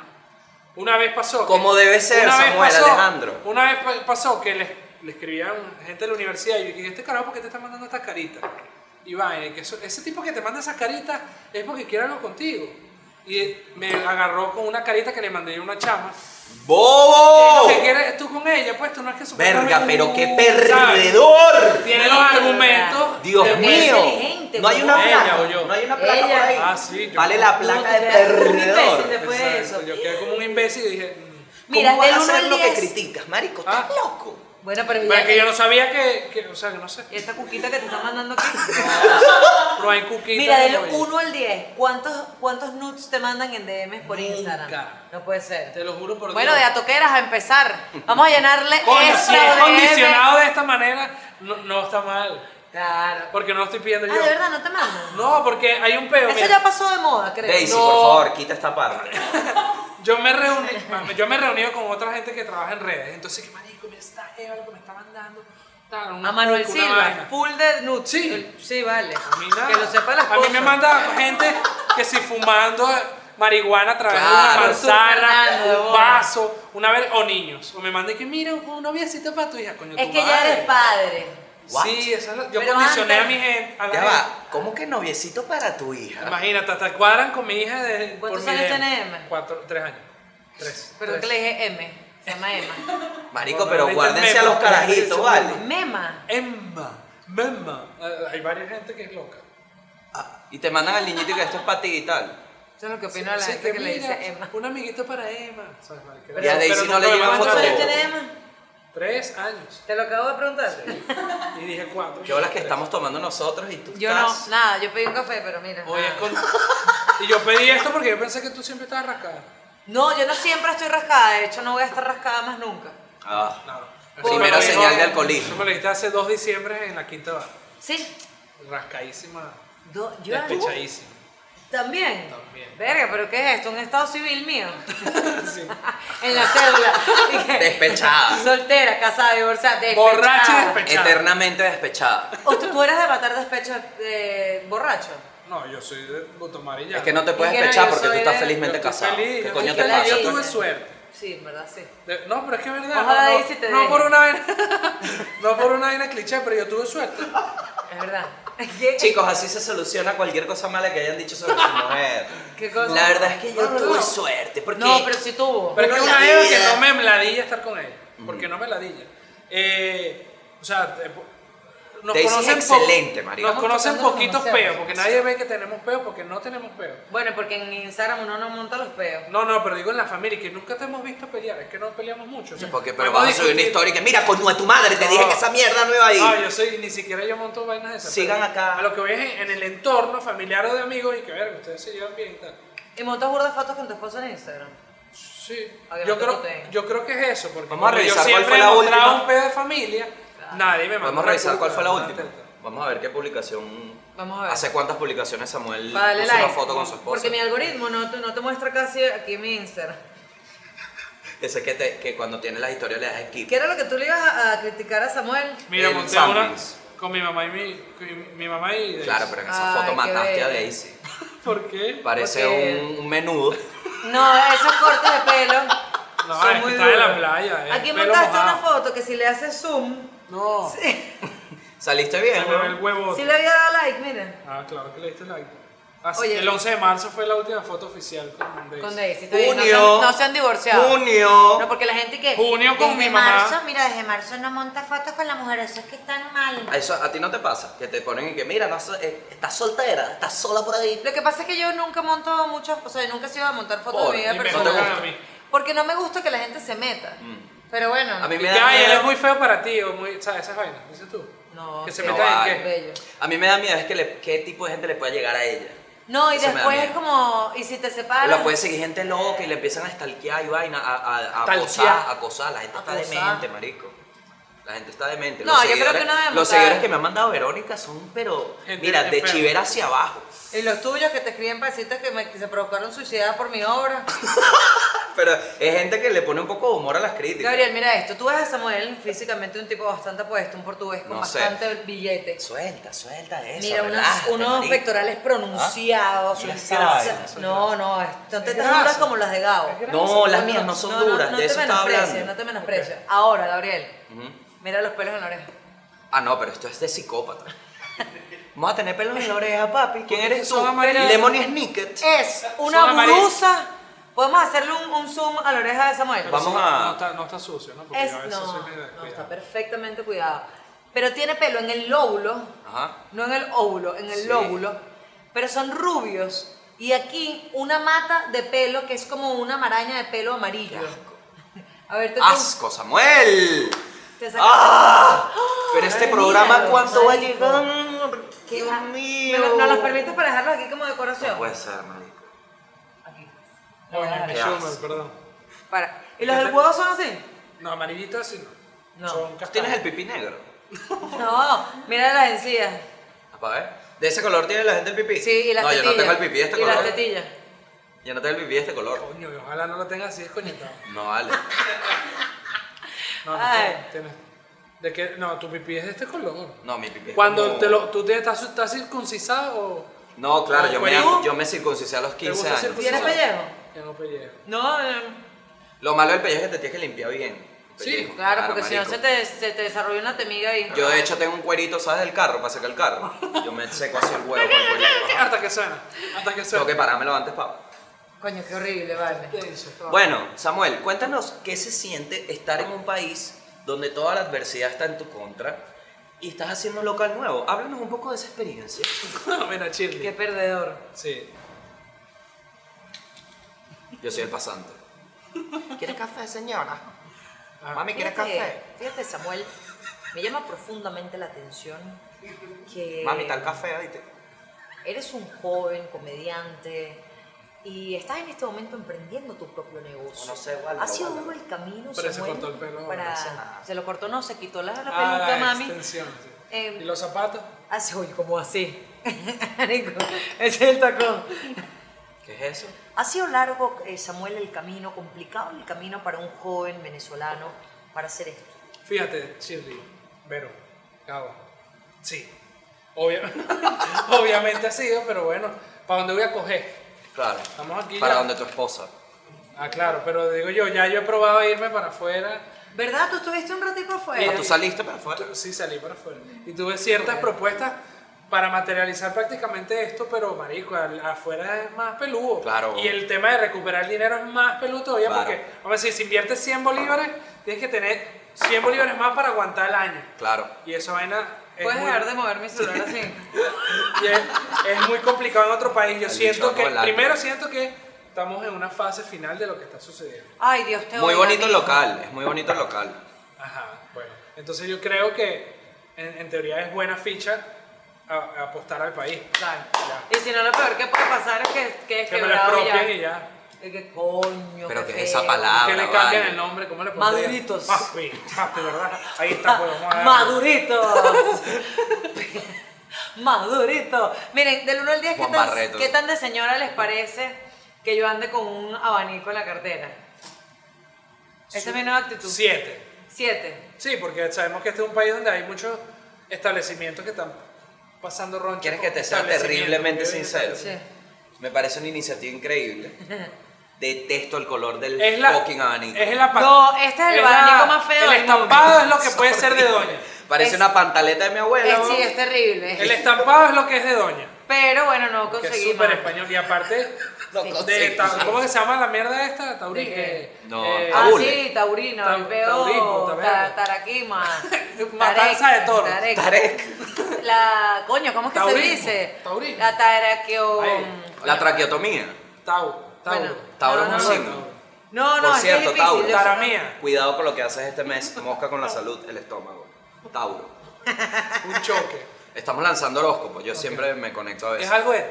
S3: Una vez pasó. que-
S1: Como debe ser,
S3: una vez
S1: Samuel
S3: pasó-
S1: Alejandro.
S3: Una vez pa- pasó que le, le escribían gente de la universidad y yo dije, este carajo, ¿por qué te está mandando estas caritas? Y vaina, y que eso- ese tipo que te manda esas caritas es porque quiere algo contigo. Y me agarró con una carita que le mandé a una chama. Lo que
S1: ¡Bobo!
S3: quieres es tú con ella, pues tú no es que supuestamente-
S1: Oh. Verga, pero qué
S3: ¿Sabes?
S1: perdedor.
S3: Tiene los
S2: Verga.
S3: argumentos.
S1: Dios
S2: Es
S1: mío.
S2: inteligente,
S1: No hay una
S3: huevón. Ella
S1: placa.
S3: o yo.
S1: No hay una placa por
S2: Ella.
S1: ahí.
S3: Ah, sí, yo-
S1: Vale la placa
S2: No,
S1: de
S2: te quedas como un imbécil
S1: perdedor.
S2: después de
S3: Exacto,
S2: eso.
S3: Yo quedé como un imbécil y dije, mm.
S2: Mira,
S1: ¿Cómo vas
S2: del
S1: a
S2: 1
S1: hacer
S2: al
S1: lo que
S2: 10.
S1: criticas, marico? ¿Estás
S3: Ah.
S1: loco?
S2: Bueno, pero
S3: pero
S2: ya
S3: es que yo no sabía que, que, o sea, que no sé.
S2: esta cuquita que te está mandando aquí.
S3: No hay cuquita.
S2: Mira, del
S3: no hay-
S2: 1 al 10, ¿cuántos, ¿cuántos nudes te mandan en DMs por
S3: Nunca.
S2: Instagram? No puede ser.
S3: Te lo juro por
S2: Bueno,
S3: Dios.
S2: de a toqueras a empezar. Vamos a llenarle
S3: Coño,
S2: esa
S3: si es
S2: DM.
S3: condicionado de esta manera, no, no está mal.
S2: Claro.
S3: Porque no lo estoy pidiendo
S2: Ah,
S3: yo.
S2: de verdad, no te mandan.
S3: No, porque hay un peo.
S2: Eso
S3: mira.
S2: ya pasó de moda, creo.
S1: Daisy,
S3: No.
S1: por favor, quita esta parte.
S3: Yo me reuní, mami, yo me he reunido con otra gente que trabaja en redes. Entonces, qué marico, mira esta jeva lo que me está mandando. Tal, una
S2: A Manuel
S3: cuca, una
S2: Silva,
S3: vaina.
S2: full de nudes.
S3: Sí.
S2: Sí, vale.
S3: A mí nada.
S2: Que lo sepa las
S3: A mí
S2: cosas.
S3: me manda gente que si fumando marihuana a través de
S1: Claro.
S3: una manzana,
S2: Fernando, de
S3: un
S2: bola.
S3: vaso, una vez, o niños. O me manda y que mira, un noviecito para tu hija, coño.
S2: Es
S3: tu
S2: que ya
S3: madre.
S2: eres padre.
S1: What?
S3: Sí, esa es la- yo
S2: Pero
S3: condicioné a
S2: antes-
S3: mi gente. A la
S1: Ya
S3: gente.
S1: va, ¿cómo que noviecito para tu hija?
S3: Imagínate, hasta cuadran con mi hija de.
S2: ¿Cuántos
S3: por mi
S2: años
S3: DM.
S2: tiene Emma?
S3: Cuatro, tres años. Tres.
S2: Perdón que
S3: tres.
S2: le dije M. Se llama Emma.
S1: Marico, pero guárdense a los carajitos, ¿vale?
S2: Mema.
S3: Emma, Memma. Eh, hay varias gente que es loca.
S1: Ah, Y te mandan al niñito que esto es para ti y tal.
S2: Eso es lo que opina la
S3: Sí,
S2: gente que le
S3: mira,
S2: dice Emma.
S3: Un amiguito para Emma. ¿Sabes, vale? Que-
S1: Y a Daisy
S3: pero
S1: no
S3: nunca
S1: le
S3: me
S1: llegan
S3: mandan
S2: ¿Cuántos años
S1: fotos.
S2: tiene Emma?
S3: Tres años.
S2: Te lo acabo de preguntar.
S3: Y dije cuatro.
S1: Qué horas que
S3: Tres.
S1: estamos tomando nosotros y tú
S2: Yo
S1: estás...
S2: no, nada, yo pedí un café, pero mira.
S3: Hoy es
S2: nada.
S3: con- Y yo pedí esto porque yo pensé que tú siempre estabas rascada.
S2: No, yo no siempre estoy rascada, de hecho no voy a estar rascada más nunca.
S1: Ah.
S3: Claro.
S1: Primera señal de alcoholismo.
S3: Yo me lo dijiste hace dos diciembre en la quinta barra.
S2: Sí.
S3: Rascadísima.
S2: Do- yo Uh,
S3: Despechadísima.
S2: ¿También?
S3: También.
S2: Verga, pero ¿qué es esto? Un estado civil mío.
S3: Sí.
S2: en la cédula. Dije,
S1: Despechada.
S2: Soltera, casada, divorciada, despechada.
S3: Borracha, despechada.
S1: Eternamente despechada.
S2: O tú, tú eres de matar despecho eh, borracho.
S3: No, yo soy de tomar y ya.
S1: Es que no te puedes
S2: Es que no,
S1: despechar
S2: yo
S1: porque tú
S2: soy
S1: estás
S2: de-
S1: felizmente
S3: Yo estoy
S1: casado.
S3: feliz,
S1: ¿Qué
S3: yo
S1: coño te
S2: estoy
S1: pasa?
S2: feliz.
S3: Yo
S1: tú?
S3: tuve suerte.
S2: Sí, en verdad, sí.
S3: De- No, pero es que es verdad.
S2: Ojalá
S3: no,
S2: ahí sí te
S3: no
S2: deje.
S3: por una vaina, no por una vaina cliché, pero yo tuve suerte.
S2: es verdad. ¿Qué?
S1: Chicos, así se soluciona cualquier cosa mala que hayan dicho sobre su mujer.
S2: ¿Qué cosa? Ah,
S1: La verdad es que yo
S3: No, no,
S1: tuve
S3: no.
S1: suerte, porque...
S2: No, pero sí tuvo.
S3: Pero es que
S1: No,
S3: una
S1: la
S3: vez
S1: vida.
S3: que no me ladilla estar con ella. Porque no me ladilla. Eh, o sea, eh, po- nos
S1: Daisy es
S3: conocen po-
S1: excelente, marico.
S3: Nos
S2: Estamos
S3: conocen
S2: tratando de
S3: poquitos
S2: conocernos.
S3: peos, porque nadie ve que tenemos peos, porque no tenemos peos.
S2: Bueno, porque en Instagram uno no monta los peos.
S3: No, no, pero digo en la familia, que nunca te hemos visto pelear, es que no peleamos mucho. o sea,
S1: Porque, pero
S3: podemos
S1: vas a subir una
S3: discutir.
S1: historia que, mira, coño a tu madre, te
S3: No.
S1: dije que esa mierda no iba ahí.
S3: No, yo soy, ni siquiera yo monto vainas de esas.
S1: Sigan
S3: pero
S1: acá.
S3: A lo que ves en, en el entorno familiar o de amigos y que ver, ustedes se llevan bien y tal.
S2: Y montas burdas fotos con tu esposo en Instagram.
S3: Sí.
S2: A que
S3: Yo
S2: no te
S3: creo,
S2: puteen.
S3: yo creo que es eso, porque
S1: Vamos a
S3: como
S1: revisar
S3: yo
S1: cuál
S3: siempre
S1: fue la
S3: he mostrado
S1: última.
S3: un pedo de familia, nadie me manda.
S1: Vamos a
S3: una
S1: revisar
S3: puta,
S1: cuál fue la
S3: una
S1: última.
S3: teta.
S1: Vamos a ver qué publicación.
S2: Vamos a ver.
S1: ¿Hace cuántas publicaciones Samuel
S2: Para darle
S1: puso
S2: like.
S1: una foto con su esposa?
S2: Porque mi algoritmo no, te- no te muestra casi aquí en mi Instagram.
S1: Ese que, te- que cuando tiene las historias le das skip.
S2: ¿Qué era lo que tú le ibas a, a criticar a Samuel?
S3: Mira,
S1: El
S3: monté una
S1: Sandwich.
S3: con mi mamá y mi, con mi- mi mamá y Daisy.
S1: Claro, pero en esa
S2: Ay,
S1: foto
S2: qué
S1: mataste a
S2: bello.
S1: Daisy.
S3: ¿Por qué?
S1: Parece
S2: Porque-
S1: un, un menudo.
S2: No, esos cortes de pelo.
S3: No,
S2: son
S3: es que
S2: muy
S3: está en la
S2: duros.
S3: playa, eh,
S2: Aquí
S3: pelo
S2: montaste una
S3: mojado.
S2: foto que si le haces zoom,
S3: No.
S1: Saliste bien,
S3: Se me ve el
S1: ¿no?
S3: huevo.
S2: si le había dado like, mira.
S3: Ah, claro que le diste like. Así-
S2: Oye.
S3: el 11 de marzo fue la última foto oficial con Daisy.
S2: Con Daisy, está bien, no se han- No se han divorciado.
S1: Junio.
S2: No, porque la gente que.
S3: Junio con
S4: desde
S3: mi mamá.
S4: marzo, mira, desde marzo no monta fotos con la mujer, eso es que están mal.
S1: Eso a ti no te pasa. Que te ponen y que, mira, no, so- eh, estás soltera, estás sola por ahí.
S2: Lo que pasa es que yo nunca monto muchas, o sea, nunca he sido a montar fotos
S1: Por-
S2: de mi
S3: y
S2: vida
S3: me
S2: personal.
S3: tocan a mí.
S2: Porque no me gusta que la gente se meta. Pero bueno.
S1: Mm. A mí
S3: Y
S1: me
S3: que,
S1: da
S3: ay, él
S1: miedo.
S3: es muy feo para ti, o muy, ¿sabes? Esas vainas, dices tú.
S2: No,
S3: Que se
S2: sí.
S1: No
S3: meta
S1: vale.
S3: en qué.
S2: Bello.
S1: A mí me da miedo es que le- qué tipo de gente le pueda llegar a ella.
S2: No, y
S1: Eso me da
S2: después es
S1: miedo.
S2: como, y si te separas.
S1: La pues- puede seguir gente loca y le empiezan a stalkear y vaina, a, a, a
S3: Stalkear.
S1: acosar, a acosar. La gente
S2: Acosar.
S1: está demente, marico. La gente está demente.
S2: No, yo creo
S1: seguidores-
S2: que no debemos
S1: Los seguidores
S2: dar-
S1: que me ha mandado Verónica son, pero,
S3: Gente
S1: mira, de
S3: enferma.
S1: chivera hacia abajo.
S2: Y los tuyos que te escriben pasitas que, me- que se provocaron suicidar por mi obra.
S1: Pero es gente que le pone un poco de humor a las críticas.
S2: Gabriel, mira esto. Tú ves a Samuel físicamente un tipo bastante puesto, un portugués con
S1: No sé.
S2: bastante billete.
S1: Suelta, suelta eso.
S2: Mira, unos,
S1: relájate,
S2: unos
S1: marico.
S2: pectorales pronunciados.
S1: Mira
S2: unas
S1: esa vaina,
S2: salsas.
S1: eso es
S2: No, no, es- son
S3: Es
S2: tetas duras
S3: grasa.
S2: como las de Gao.
S3: Es grasa.
S1: No, las mías no son duras,
S2: no
S1: de
S2: te
S1: eso estaba
S2: menosprecies,
S1: hablando.
S2: No te menosprecies. Ahora, Gabriel,
S1: Ujú.
S2: mira los pelos en la oreja.
S1: Ah, no, pero esto es de psicópata. Vamos a tener pelos en la oreja, papi. ¿Quién eres tú?
S3: Son amarillas.
S1: Lemon y Snicket.
S2: Es una
S3: Son amarillas.
S2: blusa. Podemos hacerle un, un zoom a la oreja de Samuel.
S3: Pero
S1: Vamos
S3: sí,
S1: a-
S3: No está, no está sucio, ¿no? Porque
S2: Es-
S3: a veces soy
S2: no,
S3: medio
S2: no, está
S3: descuidado.
S2: perfectamente cuidado. Pero tiene pelo en el lóbulo,
S1: Ajá.
S2: no en el óvulo, en el
S1: Sí.
S2: lóbulo. Pero son rubios. Y aquí una mata de pelo que es como una maraña de pelo amarillo. A ver, te,
S1: ¡Asco, Samuel!
S2: te sacaste-
S1: ¡Ah! Pero este
S2: Ay,
S1: programa,
S2: míralo,
S1: ¿cuánto va a
S2: marico.
S1: llegar?
S2: ¿Qué
S1: Dios
S2: ha-
S1: mío.
S2: ¿Me lo- ¿Nos los permites para dejarlos aquí como decoración?
S1: No puede ser, marico.
S2: Aquí. Lo voy
S3: Coño,
S2: a dejar
S3: mi
S2: aquí.
S1: asco.
S3: Schumer, perdón.
S2: Para. ¿Y los del huevo son así?
S3: No, amarillito así no.
S2: No.
S3: Son
S1: ¿Tú tienes el
S3: castaños.
S1: pipí negro?
S2: No, mira las encías.
S1: Apa, ver. ¿De ese color tiene la gente el pipí?
S2: Sí, y las
S1: No,
S2: tetillas.
S1: yo no tengo el pipí de este
S2: Y las
S1: color.
S2: tetillas.
S1: Yo no tengo el pipí de este color.
S3: Coño, y ojalá no lo tengas así desconectado.
S1: No vale.
S3: No, no
S2: Ay.
S3: tienes- tienes. ¿De qué? No, tu pipí es de este color.
S1: No, mi pipí es
S3: Cuando
S1: como-
S3: te lo, tú te estás, estás circuncisado o
S1: No, claro, yo me,
S3: ¿Tú?
S1: yo me circuncisé a los 15
S3: gusta
S1: años.
S2: ¿Tienes
S3: circuncisado?
S2: pellejo?
S3: tengo pellejo.
S2: No, eh,
S3: em,
S1: Lo malo del pellejo es que te tienes que limpiar bien. el
S3: Sí,
S1: pellejo,
S2: claro, porque si no
S1: marico.
S2: se te, se te desarrolla una temiga ahí.
S1: Yo de hecho tengo un cuerito, ¿sabes? Del carro, para sacar el carro. Yo me seco así el huevo. con el pellejo. Ajá.
S3: Hasta que suena. Hasta que
S1: Tengo
S3: suena.
S1: que parármelo antes, Pablo.
S2: Coño, qué horrible, vale.
S3: Tenso, todo.
S1: Bueno, Samuel, cuéntanos qué se siente estar en un país donde toda la adversidad está en tu contra y estás haciendo un local nuevo. Háblanos un poco de esa experiencia.
S3: Mira, Shirley.
S2: Qué perdedor.
S3: Sí.
S1: Yo soy el pasante. ¿Quieres café, señora?
S3: Ah.
S1: Mami, ¿quieres
S2: Fíjate,
S1: café?
S2: fíjate, Samuel, me llama profundamente la atención que
S1: Mami, está el café, ¿viste?
S2: eres un joven comediante y estás en este momento emprendiendo tu propio negocio.
S1: No sé, vale,
S2: ha sido
S1: vale.
S2: duro el camino,
S3: Pero se
S2: Samuel,
S3: cortó el pelo,
S2: para-
S3: no
S1: sé nada.
S2: se lo cortó, no, se quitó la, la
S3: Ah,
S2: peluca, mami.
S3: extensión, sí.
S2: Eh,
S3: ¿Y los zapatos?
S2: Hace hoy como así. Marico, ese es el tacón.
S1: ¿Qué es eso?
S2: Ha sido largo, eh, Samuel, el camino, complicado el camino para un joven venezolano para hacer esto.
S3: Fíjate, Shirley, Vero, Gabo. Sí. Obvia- Obviamente ha sido, pero bueno, ¿para dónde voy a coger?
S1: Claro.
S3: Estamos aquí
S1: Para
S3: ya.
S1: donde tu esposa.
S3: Ah, claro, pero digo yo, ya yo he probado irme para afuera.
S2: ¿Verdad? Tú estuviste un ratito afuera.
S1: No, Ah, tú saliste para afuera.
S3: Tú- Sí, salí para afuera. Y tuve ciertas propuestas para materializar prácticamente esto, pero marico, al- afuera es más peludo.
S1: Claro.
S3: Y el tema de recuperar el dinero es más peludo todavía
S1: Claro.
S3: porque, vamos a decir, si inviertes 100 bolívares, tienes que tener 100 bolívares más para aguantar el año.
S1: Claro.
S3: Y esa vaina es
S2: Puedes
S3: muy,
S2: dejar de mover mi celular así.
S3: y es, es muy complicado en otro país. Yo
S1: Al
S3: siento
S1: bicho
S3: que,
S1: volando.
S3: primero siento que estamos en una fase final de lo que está sucediendo.
S2: Ay, Dios te
S1: Muy
S2: oiga,
S1: bonito el
S2: amigo.
S1: local, es muy bonito el local.
S3: Ajá, bueno. Entonces yo creo que en, en teoría es buena ficha a- a apostar al país.
S2: Claro.
S3: Ya.
S2: Y si no, lo peor que puede pasar es que, que es
S3: Que me lo
S2: quebrado
S3: expropien
S2: ya.
S3: y ya.
S2: Es que coño.
S1: Pero
S2: qué
S1: que esa
S2: feo.
S1: palabra.
S3: Que le cambien
S1: Ah, vale.
S3: el nombre, ¿cómo le ponen?
S2: Maduritos.
S3: Papi, papi, ¿verdad? Ahí está, pues vamos a darle.
S2: Maduritos. Madurito. Miren, del 1 al 10, ¿qué
S1: Juan
S2: tan,
S1: Barreto.
S2: ¿qué tan de señora les parece que yo ande con un abanico en la cartera? Esta es mi nueva actitud.
S3: Siete.
S2: Siete.
S3: Sí, porque sabemos que este es un país donde hay muchos establecimientos que están pasando ronchas.
S1: ¿Quieres que
S3: con
S1: te sea
S3: establecimientos,
S1: terriblemente
S3: porque-
S1: sincero?
S2: Sí.
S1: Me parece una iniciativa increíble. Detesto el color del
S3: Es la,
S1: fucking abanico.
S3: es la pa-
S2: No, este es el
S3: la-
S2: abanico más feo
S3: El
S2: del mundo.
S3: estampado es lo que puede ser de doña.
S1: Parece
S2: es-
S1: una pantaleta de mi abuela.
S2: Eh,
S1: ¿no?
S2: sí, es terrible.
S3: El estampado es lo que es de doña.
S2: Pero bueno, no
S3: Que es
S2: conseguí
S3: súper
S2: más.
S3: español. Y aparte,
S1: No
S2: Sí.
S1: conseguí.
S3: de ta- ¿cómo que se llama la mierda esta? Taurí.
S2: ¿De qué?
S3: eh,
S1: No,
S3: eh,
S2: Ah,
S1: Tabule.
S2: sí, taurino,
S3: Tau-
S2: el peor.
S3: taurismo, taberna.
S2: ta- taraquima.
S3: Matanza de toros.
S2: Tarek.
S1: Tarek.
S2: La, coño, ¿cómo es que
S3: Taurismo,
S2: se dice?
S3: taurismo.
S2: La taraqueo...
S3: Ahí.
S1: La traqueotomía.
S3: Tau. Tauro.
S2: Bueno.
S1: Tauro
S2: No,
S1: es
S2: no,
S1: un signo.
S2: No, no,
S1: Por
S2: es que
S1: cierto,
S2: es difícil.
S1: Tauro.
S2: yo sé-
S3: Para mía,
S1: Cuidado con lo que haces este mes. Mosca con la salud, el estómago. Tauro.
S3: un choque.
S1: Estamos lanzando horóscopos. Yo siempre me conecto a veces.
S3: Es algo de,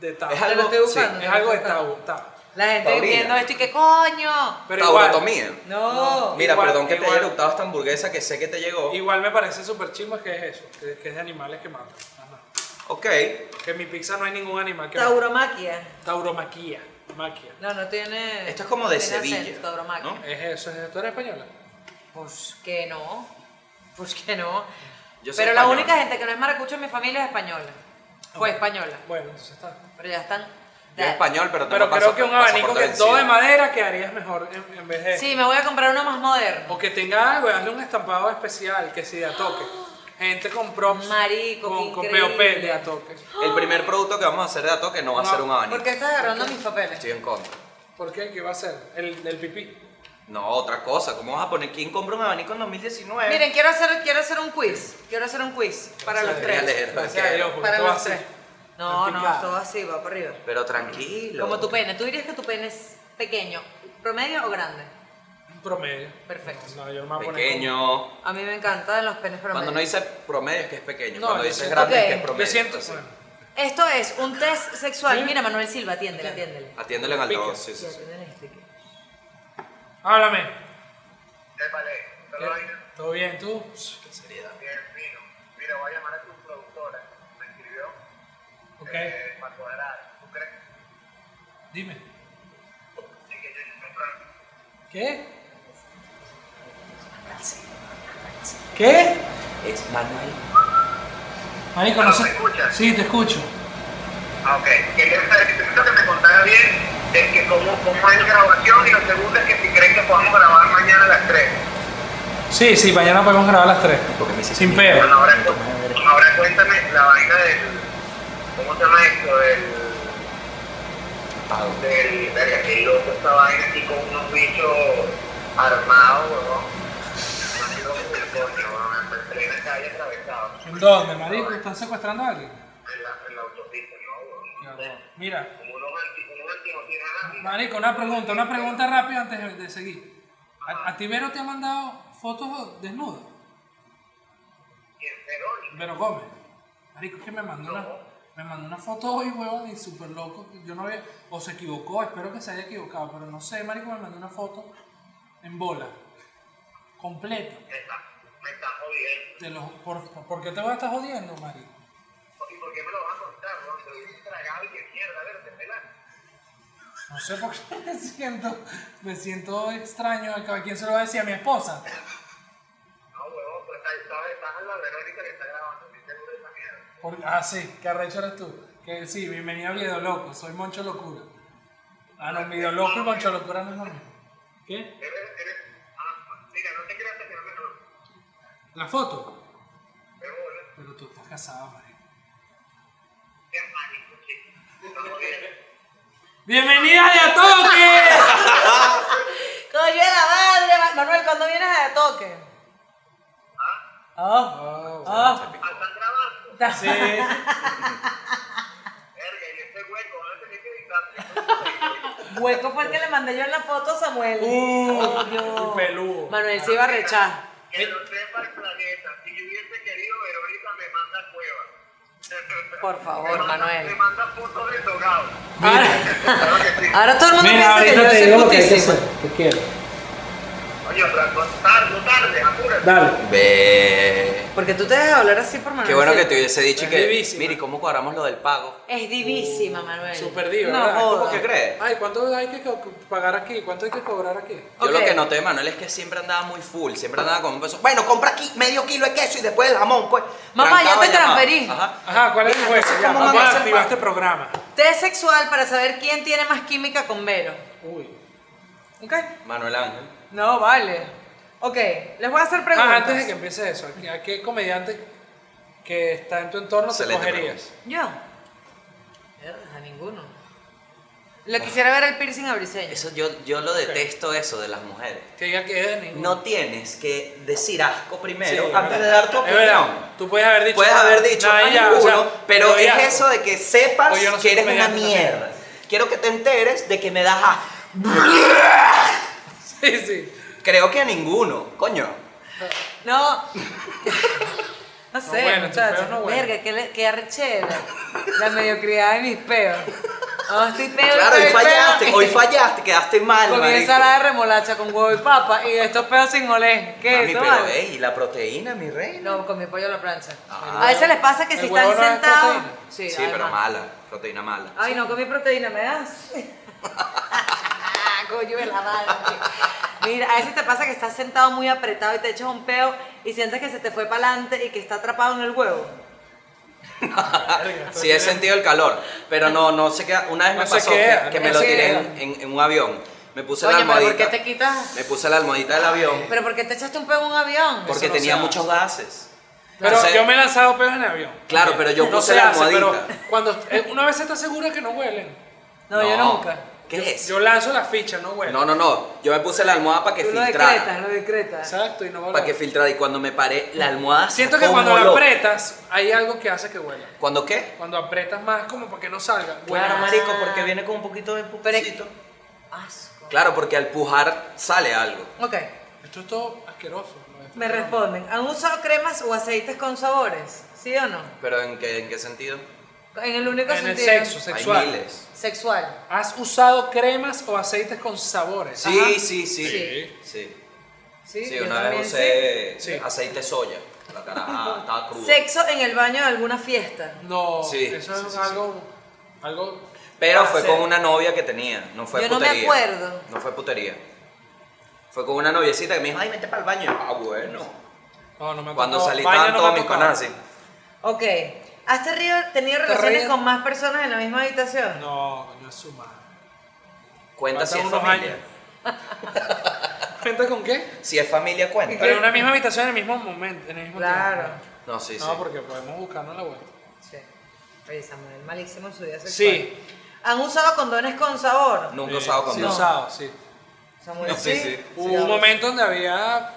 S3: de Tau.
S1: Pues.
S3: Es
S1: Es algo-
S3: algo,
S2: Te lo estoy
S1: sí,
S2: buscando. te lo
S3: de
S2: estoy buscando.
S3: Tau. Tau.
S2: La gente
S1: Taurina.
S2: viendo esto y que coño.
S3: Pero igual,
S1: Taurotomía.
S2: No.
S1: Mira,
S3: Igual,
S1: perdón que te
S3: igual.
S1: haya eructado esta hamburguesa que sé que te llegó.
S3: igual me parece súper chismo que es eso, que, que es de animales que matan. Ajá.
S1: Ok.
S3: Que en mi pizza no hay ningún animal que mate.
S2: Tauromaquia.
S3: Tauromaquia. Maquia.
S2: No, no tiene.
S1: Esto es como de
S2: no tiene
S1: Sevilla,
S2: acento, tauromaquia.
S1: ¿no?
S3: ¿Es eso? ¿Es ¿Tú eres española?
S2: Pues que no. Pues que no.
S1: Yo soy
S2: Pero la
S1: español.
S2: única gente que no es maracucho en mi familia es española. Fue española.
S3: Bueno, entonces está.
S2: Pero ya están.
S1: Yo español, pero
S3: Pero
S1: tengo
S3: creo
S1: paso-
S3: que un abanico
S1: pasaporte
S3: que
S1: vencido.
S3: todo de madera quedaría mejor en, en vez de...
S2: Sí, me voy a comprar uno más moderno.
S3: O que tenga algo, hazle un estampado especial que sí de a toque. Gente con props.
S2: Marico, qué
S3: con, con
S2: increíble.
S3: POP de a toque.
S1: El primer producto que vamos a hacer de Ato que no va a
S3: No,
S1: ser un abanico.
S2: ¿Por qué estás agarrando mis papeles?
S1: Estoy en contra.
S3: ¿Por qué? ¿Qué va a ser? El, el pipí.
S1: No, otra cosa. ¿Cómo vas a poner quién compra un abanico en 2019?
S2: Miren, quiero hacer, quiero hacer un quiz. Quiero hacer un quiz para los
S1: Debería
S2: tres.
S1: leer,
S3: Gracias
S1: ok.
S3: a Dios, porque
S2: Para
S3: todo
S2: los
S3: así.
S2: tres. No, no,
S3: Picada.
S2: todo así, va para arriba.
S1: Pero tranquilo.
S2: Como tu pene. ¿Tú dirías que tu pene es pequeño, promedio o grande?
S3: Un promedio.
S2: Perfecto.
S3: No, no, yo me voy a poner
S1: Pequeño.
S2: A mí me encantan los penes promedios.
S1: Cuando no dice promedio es que es pequeño.
S3: No,
S1: Cuando
S3: yo
S1: dice
S3: siento-
S1: grande es
S2: Ok.
S1: que es
S3: como-
S1: promedio.
S3: Yo siento.
S1: Entonces,
S3: bueno,
S2: Esto es un test sexual.
S3: ¿Sí?
S2: Mira, Manuel Silva, atiéndele, atiéndele.
S1: Atiéndele en al
S3: Pica.
S1: dos. Sí, sí,
S2: Sí,
S1: sí.
S2: atiéndele este que-
S3: Háblame.
S5: Épale,
S3: ¿Qué?
S5: ¿todo vaina?
S3: ¿Todo bien tú? Pss, Qué seriedad.
S5: Bien, fino. Mira, voy a llamar a tu productora. Me escribió
S3: Ok,
S5: eh, para cuadrar. ¿Tú crees
S3: dime.
S5: que yo hice un problema?
S3: ¿Qué? ¿Qué?
S1: Es Manuel.
S3: Marico, no sé.
S5: ¿Me escuchas?
S3: Sí, te escucho.
S5: Ah, ok. Quería saber, necesito que me contara bien de que cómo, cómo es la grabación y lo segundo es que si creen que podamos grabar mañana a las 3.
S3: Sí, sí, mañana podemos grabar las tres.
S1: Porque me hiciste
S3: Sin
S1: mierda.
S3: pedo.
S5: Bueno, ahora, cu- ahora cuéntame la vaina del... ¿Cómo se llama esto? Del...
S1: Pago.
S5: del verga, qué loco esta vaina aquí con unos bichos armados, weón. Así como el coño, weón, en plena calle atravesado.
S3: ¿En dónde, marico? ¿Están secuestrando a alguien?
S5: En la, en la autopista, ¿no, weón?
S3: Qué horror. Mira,
S5: Como unos anti- unos antinoticias.
S3: marico, una pregunta, una pregunta rápida antes de- de seguir. ¿A, a ti Vero te ha mandado fotos desnudas?
S5: ¿Quién? Verónica.
S3: Vero Gómez. Marico, es que me mandó una, me mandó una foto hoy, huevón, y súper loco. que Yo no había, o se equivocó, espero que se haya equivocado, pero no sé, marico, me mandó una foto en bola. Completa.
S5: Me está, me está jodiendo.
S3: Te lo- por, ¿por qué te voy a estar jodiendo, marico?
S5: ¿Y por qué me lo vas a contar, weón? Te lo hubiese tragado y qué mierda, a ver, te pelas.
S3: No sé por qué me siento, me siento extraño. ¿A quién se lo va a decir? ¿A mi esposa?
S5: No, weón, pero está, está, está la Verónica que está grabando, estoy seguro de esa mierda.
S3: Por- ah, sí, que arrecho eres tú. Que sí, bienvenido a Video Loco, soy Moncho Locura. Ah, no, Video Loco y Moncho Locura no es lo mismo. ¿Qué?
S5: Eres, eres, ah, mira, no te creas
S3: La foto.
S5: De bola.
S3: Pero tú estás casado, marico.
S5: Qué marico, chico. Estamos bien.
S3: ¡Bienvenida de a toque!
S2: Coño de la madre, Ma- Manuel, ¿cuándo vienes a de toque? Ah, ah,
S5: Ah, ¿Están grabando?
S2: ta-
S3: Sí.
S5: Verga, y este hueco, van a tener que editar.
S2: Hueco fue el que le mandé yo en la foto a Samuel.
S3: Uh,
S2: Coño.
S3: un peludo.
S2: Manuel se iba a rechar.
S5: Que lo sepa el planeta. Si yo hubiese querido, pero ahorita me manda cueva.
S2: Por favor,
S5: Me manda-
S2: Manuel.
S5: Me manda fotos de togado.
S2: Ahora,
S5: Claro que sí.
S2: ahora todo el mundo
S3: Mira,
S2: piensa que
S3: ahorita
S2: yo
S3: te
S2: soy
S3: digo lo que hay que hacer.
S2: putísima.
S3: Te quiero.
S5: Coño, Franco, tarde, tarde, apúrate.
S3: Dale.
S1: Ve.
S2: Porque tú te dejas hablar así por Manuel.
S1: Qué bueno que
S2: ¿cierto?
S1: te hubiese dicho y
S3: Es
S1: que.
S3: vivísima.
S1: Mire, ¿cómo cuadramos lo del pago?
S2: Es divísima, Manuel.
S3: Super diva,
S2: No
S3: ¿verdad?
S2: joda.
S3: ¿Cómo
S1: ¿Qué crees?
S3: Ay, ¿cuánto hay que co- pagar aquí? ¿Cuánto hay que cobrar aquí?
S1: Yo lo
S2: Ok.
S1: que noté, Manuel, es que siempre andaba muy full, siempre andaba con un peso. Bueno, compra aquí medio kilo de queso y después el jamón, pues.
S2: Mamá, ya
S1: Trancaba
S2: te
S1: llamada.
S2: transferí.
S1: Ajá.
S3: Ajá, ¿cuál es el juego?
S1: entonces,
S3: Ya,
S1: ¿cómo
S3: vamos
S1: van a
S3: a
S1: hacer
S3: activar
S1: pa-
S3: este programa.
S2: Test sexual para saber quién tiene más química con Vero.
S3: Uy.
S2: ¿Ok?
S1: Manuel Ángel.
S2: No, vale. Ok, les voy a hacer preguntas.
S3: Ah, antes de que empiece eso, ¿a qué- ¿a qué comediante que está en tu entorno te
S1: Excelente
S3: cogerías?
S2: Yo. Verga, A ninguno. Le quisiera ver el piercing a Briseño.
S1: Eso yo, yo lo detesto eso de las mujeres.
S3: Que diga que es de ninguno.
S1: No tienes que decir asco
S3: Sí,
S1: primero
S3: es
S1: antes de
S3: verdad.
S1: dar tu
S3: Es verdad,
S1: opinión.
S3: Tú puedes haber dicho.
S1: Puedes haber dicho
S3: "Nah,
S1: a
S3: ya", o sea,
S1: ninguno, pero
S3: no
S1: es
S3: ya.
S1: eso de que sepas
S3: Oye, yo no soy
S1: que eres una
S3: comediante también.
S1: mierda. Quiero que te enteres de que me das a...
S3: Sí, sí.
S1: Creo que a ninguno, coño.
S2: No. No sé,
S3: bueno, tus peos
S2: muchachos.
S3: no bueno.
S2: Verga, qué, le- qué arrechera. La mediocridad de mis peos. No, estoy peo.
S1: Claro,
S2: estoy
S1: hoy
S2: peo.
S1: fallaste, hoy fallaste, quedaste mal,
S2: Comí
S1: marico.
S2: ensalada de remolacha con huevo y papa y estos peos sin olé. ¿Qué es
S1: Mami,
S2: eso,
S1: pero
S2: vale?
S1: ey, ¿y la proteína, mi reina?
S2: No, con mi pollo a la plancha.
S1: Ah.
S2: A veces les pasa que si
S3: ¿El huevo
S2: están
S3: no es
S2: sentados.
S3: proteína?
S1: Sí,
S2: además.
S1: pero mala, proteína mala.
S2: Ay, no comí proteína, ¿me das? Coño de la madre. Mira, a veces te pasa que estás sentado muy apretado y te echas un peo y sientes que se te fue para adelante y que está atrapado en el huevo.
S1: Sí, he sentido el calor, pero no, no sé qué. Una vez
S3: No
S1: me
S3: se
S1: pasó que,
S3: queda,
S1: que
S2: no
S1: me lo
S2: se
S1: tiré
S2: queda.
S1: en, en- en un avión. Me puse la
S2: Coño, pero ¿por
S1: almohadita.
S2: qué te quitas?
S1: Me puse la almohadita del avión
S2: ¿Pero por qué te echaste un peo en un avión?
S1: porque
S3: no
S1: tenía
S3: se hace.
S1: muchos gases.
S3: Pero
S1: Entonces,
S3: yo me he lanzado peos en avión.
S1: Claro, pero yo
S3: no
S1: puse
S3: se
S1: la
S3: hace, pero
S1: almohadita.
S3: cuando eh, una vez estás segura que no huelen.
S2: No, yo nunca.
S1: ¿Qué es?
S3: Yo pues. lanzo la ficha, no huelen.
S1: no, no, no. Yo me puse la almohada para que
S2: Tú lo
S1: filtrara.
S2: decretas, lo decretas.
S3: Exacto, y no
S1: Para que
S3: huelen.
S1: filtrara. Y cuando me paré, la almohada.
S3: Siento que
S1: sacó un
S3: cuando la
S1: olor.
S3: apretas, hay algo que hace que huela.
S1: ¿Cuando qué?
S3: Cuando apretas más, como para que no salga. huele
S1: Claro,
S3: más.
S1: marico, porque viene con un poquito de pupecito.
S2: Asco.
S1: Claro, porque al pujar sale algo.
S2: Ok,
S3: Esto es todo asqueroso. ¿no? Esto
S2: me
S3: es todo-
S2: responden. ¿Han usado cremas o aceites con sabores? ¿Sí o no?
S1: ¿Pero en qué, en qué sentido?
S2: En el único
S3: En el
S2: sentido.
S3: sexo
S1: Hay
S3: sexual.
S1: miles.
S2: Sexual.
S3: ¿Has usado cremas o aceites con sabores?
S1: Sí,
S2: Ajá.
S1: sí, sí,
S2: Sí.
S1: sí.
S2: Sí,
S1: Sí,
S2: yo
S1: una
S2: también
S1: vez usé
S3: sí. Sí.
S1: aceite de soya. La caraja estaba
S2: sí.
S1: cruda.
S2: Sexo en el baño de alguna fiesta.
S3: No,
S1: Sí,
S3: eso
S1: sí,
S3: es
S1: sí,
S3: algo, algo.
S1: Pero fue
S3: placer.
S1: con una novia que tenía, no fue
S2: Yo no me
S1: putería.
S2: acuerdo.
S1: No fue putería. Fue con una noviecita que me dijo, ay, vete para el baño. Ah, bueno.
S3: No, no me ha
S1: Cuando
S3: tocado.
S1: salí
S3: Baño
S1: estaban
S3: no me
S1: todos
S3: ha
S1: mis
S3: tocado.
S1: panas así.
S2: Ok. ¿Has tenido, tenido
S3: ¿Te
S2: relaciones
S3: ríes?
S2: con más personas en la misma habitación?
S3: No, coño, es su madre.
S1: Cuenta si
S3: Faltan
S1: es
S3: unos
S1: familia.
S3: años. ¿Cuenta con qué?
S1: Si es familia, cuenta.
S3: Pero en una misma habitación en el mismo momento, en el mismo
S2: Claro.
S3: tiempo.
S1: No, sí, sí.
S3: No, porque podemos buscarnos la vuelta.
S2: Sí. Oye, Samuel, malísimo en su vida sexual.
S3: Sí.
S2: ¿Han usado condones con sabor?
S1: Nunca he
S3: Eh,
S1: usado con
S3: sí,
S1: no.
S3: usado, sí.
S2: Samuel,
S1: No, sí, sí.
S3: Hubo un momento donde había,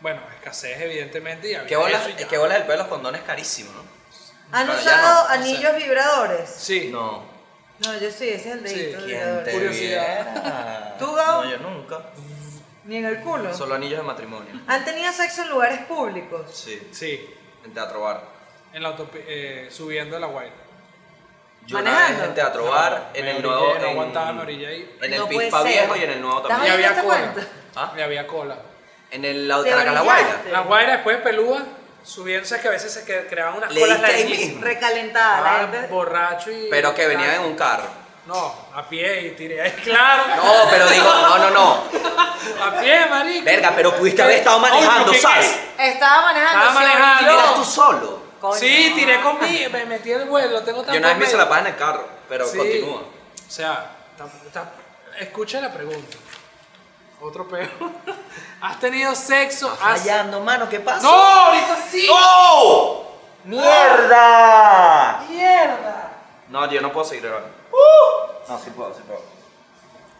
S3: bueno, escasez evidentemente y había
S1: ¿Qué bolas,
S3: eso y ya.
S1: ¿Qué bolas el pelo de los condones carísimo, no?
S2: ¿Han
S1: Bueno, ya
S2: usado
S1: no,
S2: anillos vibradores?
S3: Sí.
S1: No.
S2: No, yo sí, ese es el
S3: Sí, ¿quién
S2: dedito
S1: ¿Quién
S2: vibrador.
S1: te
S3: Curiosidad.
S1: viera?
S2: ¿Tú, Gabo?
S1: No, yo nunca.
S2: Ni en el culo.
S1: Solo anillos de matrimonio.
S2: ¿Han tenido sexo en lugares públicos?
S1: Sí.
S3: Sí.
S1: En teatro bar.
S3: En la autopi- eh, subiendo la guaira.
S1: Yo una
S2: Manejando.
S1: vez en Teatro Bar,
S3: No,
S1: en
S3: me
S1: el
S3: orillé,
S1: nuevo.
S3: no
S1: en-
S3: aguantaba, me orillé ahí.
S1: En el
S2: No puede
S1: Pispa
S2: ser.
S1: Viejo y en el nuevo
S2: Ay,
S1: también.
S3: y
S2: ¿ya
S3: había
S2: te
S3: cola.
S2: cuento?
S1: ¿Ah?
S3: Y había cola.
S1: En el la
S2: ¿Te
S1: otra la
S2: orillaste?
S3: La guaira después de pelúa, subiendo, sabes que a veces se que- creaban unas
S1: Le
S3: colas
S1: diste ahí
S3: larguísimas.
S1: mismo.
S2: Recalentada, la
S3: Ah,
S2: gente-
S3: borracho y.
S1: Pero que venía en un carro.
S3: No, a pie y tiré ahí,
S2: Ah.
S3: claro.
S1: No, pero digo, no, no, no.
S3: A pie, marico.
S1: Verga, pero pudiste haber estado
S3: Oye,
S1: manejando,
S3: ¿qué-
S1: ¿sabes?
S2: Estaba manejando.
S3: Estaba
S2: se
S3: manejando.
S2: orilló.
S1: Eras tú solo.
S2: Coño,
S3: sí,
S2: no.
S3: tiré conmigo, me metí el vuelo, tengo
S1: Yo
S3: tampoco
S1: una vez me hice
S3: medio.
S1: la paja en el carro, pero
S3: Sí.
S1: continúa.
S3: O sea, tam- tam- escucha la pregunta. Otro peo. ¿Has tenido sexo? ¿Has-
S1: Fallando, mano, ¿qué pasa?
S3: ¡No! ¡Ahorita sí!
S1: ¡Oh! ¡Mierda!
S3: ¡Mierda!
S1: No, yo no puedo seguir grabando.
S2: ¡Uh!
S1: No, sí puedo, sí puedo.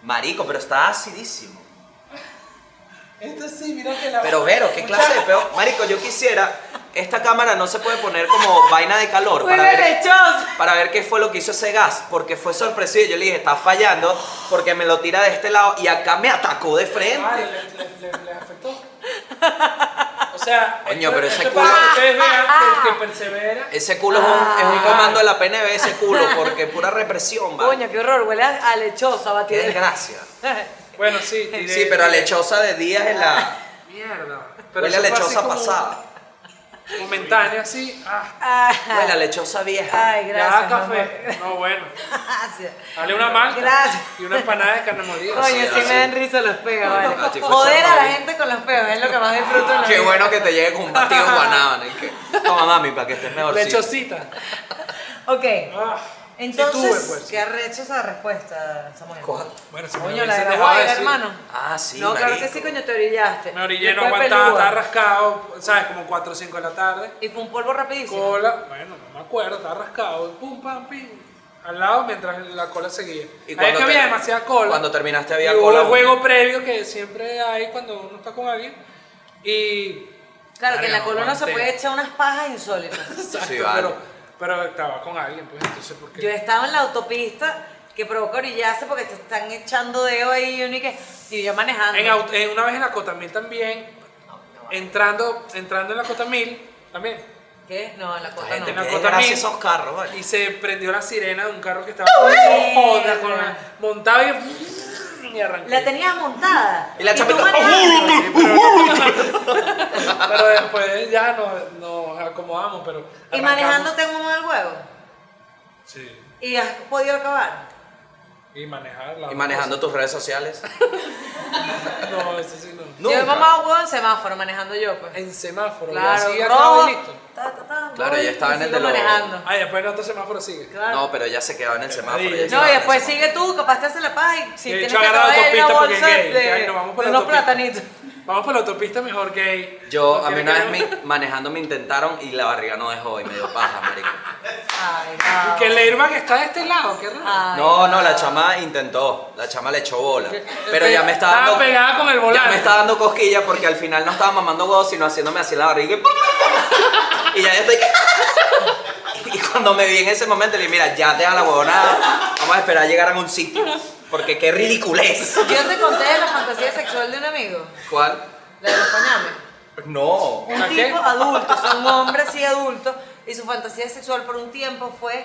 S1: Marico, pero está acidísimo.
S3: Esto sí, mira que la.
S1: Pero Vero, ¿qué clase de peo? Marico, yo quisiera. Esta cámara no se puede poner como vaina de calor
S2: Muy
S1: para ver,
S2: derechoso.
S1: para ver qué fue lo que hizo ese gas, porque fue sorpresivo. Yo le dije, está fallando, porque me lo tira de este lado y acá me atacó de
S3: Ah,
S1: frente.
S3: le, le- le- le afectó. O sea,
S1: Coño, pero ese
S3: esto es para
S1: culo-
S3: que ustedes vean que el que persevera.
S1: Ese culo es un, es un
S3: Ah.
S1: comando de la PNB, ese culo, porque pura represión, vale.
S2: Coño, qué horror, huele a, a lechosa,
S1: Qué
S2: batidera.
S1: desgracia.
S3: Bueno, sí, tiré-
S1: Sí, pero a lechosa de días en la.
S3: Mierda. Pero
S1: Huele a
S3: eso fue así
S1: lechosa
S3: como
S1: pasada.
S3: Momentánea, así. Ah,
S1: Huele a
S2: Ay,
S1: lechosa vieja.
S2: ay,
S3: ya
S2: gracias. mamá.
S3: café. No, bueno.
S2: Gracias.
S3: Dale una malta.
S2: Gracias.
S3: Y una empanada de carne molida.
S2: Coño,
S1: Así,
S2: sí
S1: así.
S2: me dan risa los peos, vale.
S1: A ti fue
S2: Joder a la
S1: Chernobyl.
S2: gente con los peos, es lo que más disfruto en la
S1: Qué
S2: vida.
S1: bueno que te llegue con un batido en guanábana. y que, Toma, mami, para que estés mejor.
S3: Lechosita.
S2: Ok,
S3: Ah, sí
S2: entonces,
S3: tuve, pues.
S2: qué arrecho esa respuesta, Samuel.
S1: Coja-
S3: Bueno, si me
S2: Coño,
S3: lo
S2: la de
S3: hubiesen
S2: la
S3: dejado
S2: guaira,
S3: decir.
S2: hermano.
S1: Ah, sí.
S2: no, claro
S1: marico.
S2: que sí, coño, te orillaste.
S3: Me orillé, no
S2: Después
S3: aguantaba,
S2: pelúa.
S3: estaba rascado, ¿sabes? Como 4 o 5 de la tarde.
S2: Y fue un polvo rapidísimo.
S3: Cola, bueno, no me acuerdo, estaba rascado. y Pum, pam, pim. Al lado mientras la cola seguía.
S1: Y
S3: Y
S1: cuando
S3: que había
S1: te-
S3: demasiada cola.
S1: cuando terminaste había
S3: y
S1: cola
S3: Hubo
S1: aún.
S3: un juego previo que siempre hay cuando uno está con alguien. Y.
S2: Claro, que en
S3: Verga,
S2: la
S3: no
S2: colona se
S3: aguanté.
S2: puede echar unas pajas insólitas.
S3: Exacto,
S1: Sí, vale.
S3: pero, pero estaba con alguien, pues entonces, ¿por qué?
S2: Yo estaba en la autopista que provoca orillarse porque te están echando dedo ahí y uno y que. Y yo manejando.
S3: En aut- en- una vez en la Cota Mil también, entrando, entrando en la Cota Mil también,
S2: ¿Qué? No, en la
S1: La
S2: cota
S1: gente, qué
S2: no.
S3: la
S1: desgracia
S3: Cotamil.
S1: esos carros, vale.
S3: y se prendió la sirena de un carro que estaba ¡No jodas, con la- montado y, y arrancó.
S2: La tenías montada.
S1: Y la
S2: tú
S1: chapita, ¡Oh, Uh,
S2: manejando.
S3: Sí, pero, pero después ya nos, nos acomodamos, pero
S2: Y
S3: arrancamos.
S2: manejando tengo uno del huevo.
S3: Sí,
S2: Y has podido acabar.
S3: y manejar. la-
S1: Y manejando tus redes sociales.
S3: No, eso sí no.
S2: Yo
S1: Nunca.
S2: he mamado huevo en semáforo manejando yo, pues.
S3: En semáforo,
S2: Claro,
S3: y así acabo
S2: rojo,
S3: y listo.
S2: ta, ta, ta,
S1: Claro,
S2: voy,
S1: ya estaba en
S2: y
S1: el
S2: sigo
S1: de los-
S2: manejando.
S3: Ah, y después en otro semáforo sigue.
S2: Claro.
S1: No, pero ya se quedaban en el semáforo. ya
S3: No, y
S1: se
S2: No,
S1: quedaban
S2: y
S1: en el
S2: después
S1: semáforo.
S2: sigue tú, capaz te hace la paz y si
S3: De
S2: tienes
S3: hecho,
S2: que
S3: agarra
S2: acabar hay una
S3: autopista porque es
S2: bolsa
S3: gay.
S2: de,
S3: Ay, nos vamos por
S2: de
S3: la
S2: unos
S3: autopista.
S2: platanitos.
S3: Vamos por la autopista mejor gay.
S1: Yo,
S3: No
S1: a mí
S3: tiene
S1: una vez
S3: que-
S1: me- manejando me intentaron y la barriga no dejó y me dio paja, marico.
S2: Ay,
S3: Y que el airbag está de este lado, qué raro.
S2: Ay,
S1: No, no, la chama intentó, la chama le echó bola, pero ya me estaba
S3: Estaba
S1: dando,
S3: pegada con el
S1: ya
S3: volante.
S1: me estaba dando cosquilla porque al final no estaba mamando huevos sino haciéndome así la barriga y, y ya yo estoy y cuando me vi en ese momento le dije, mira, ya deja la huevonada, vamos a esperar a llegar a un sitio, porque qué ridiculez.
S2: Yo te conté de la fantasía sexual de un amigo,
S1: ¿Cuál?
S2: la de los pañales.
S1: No.
S2: Un
S3: ¿A ¿Ah, qué?
S2: tipo adulto, o sea, un hombre así adulto, y su fantasía sexual por un tiempo fue,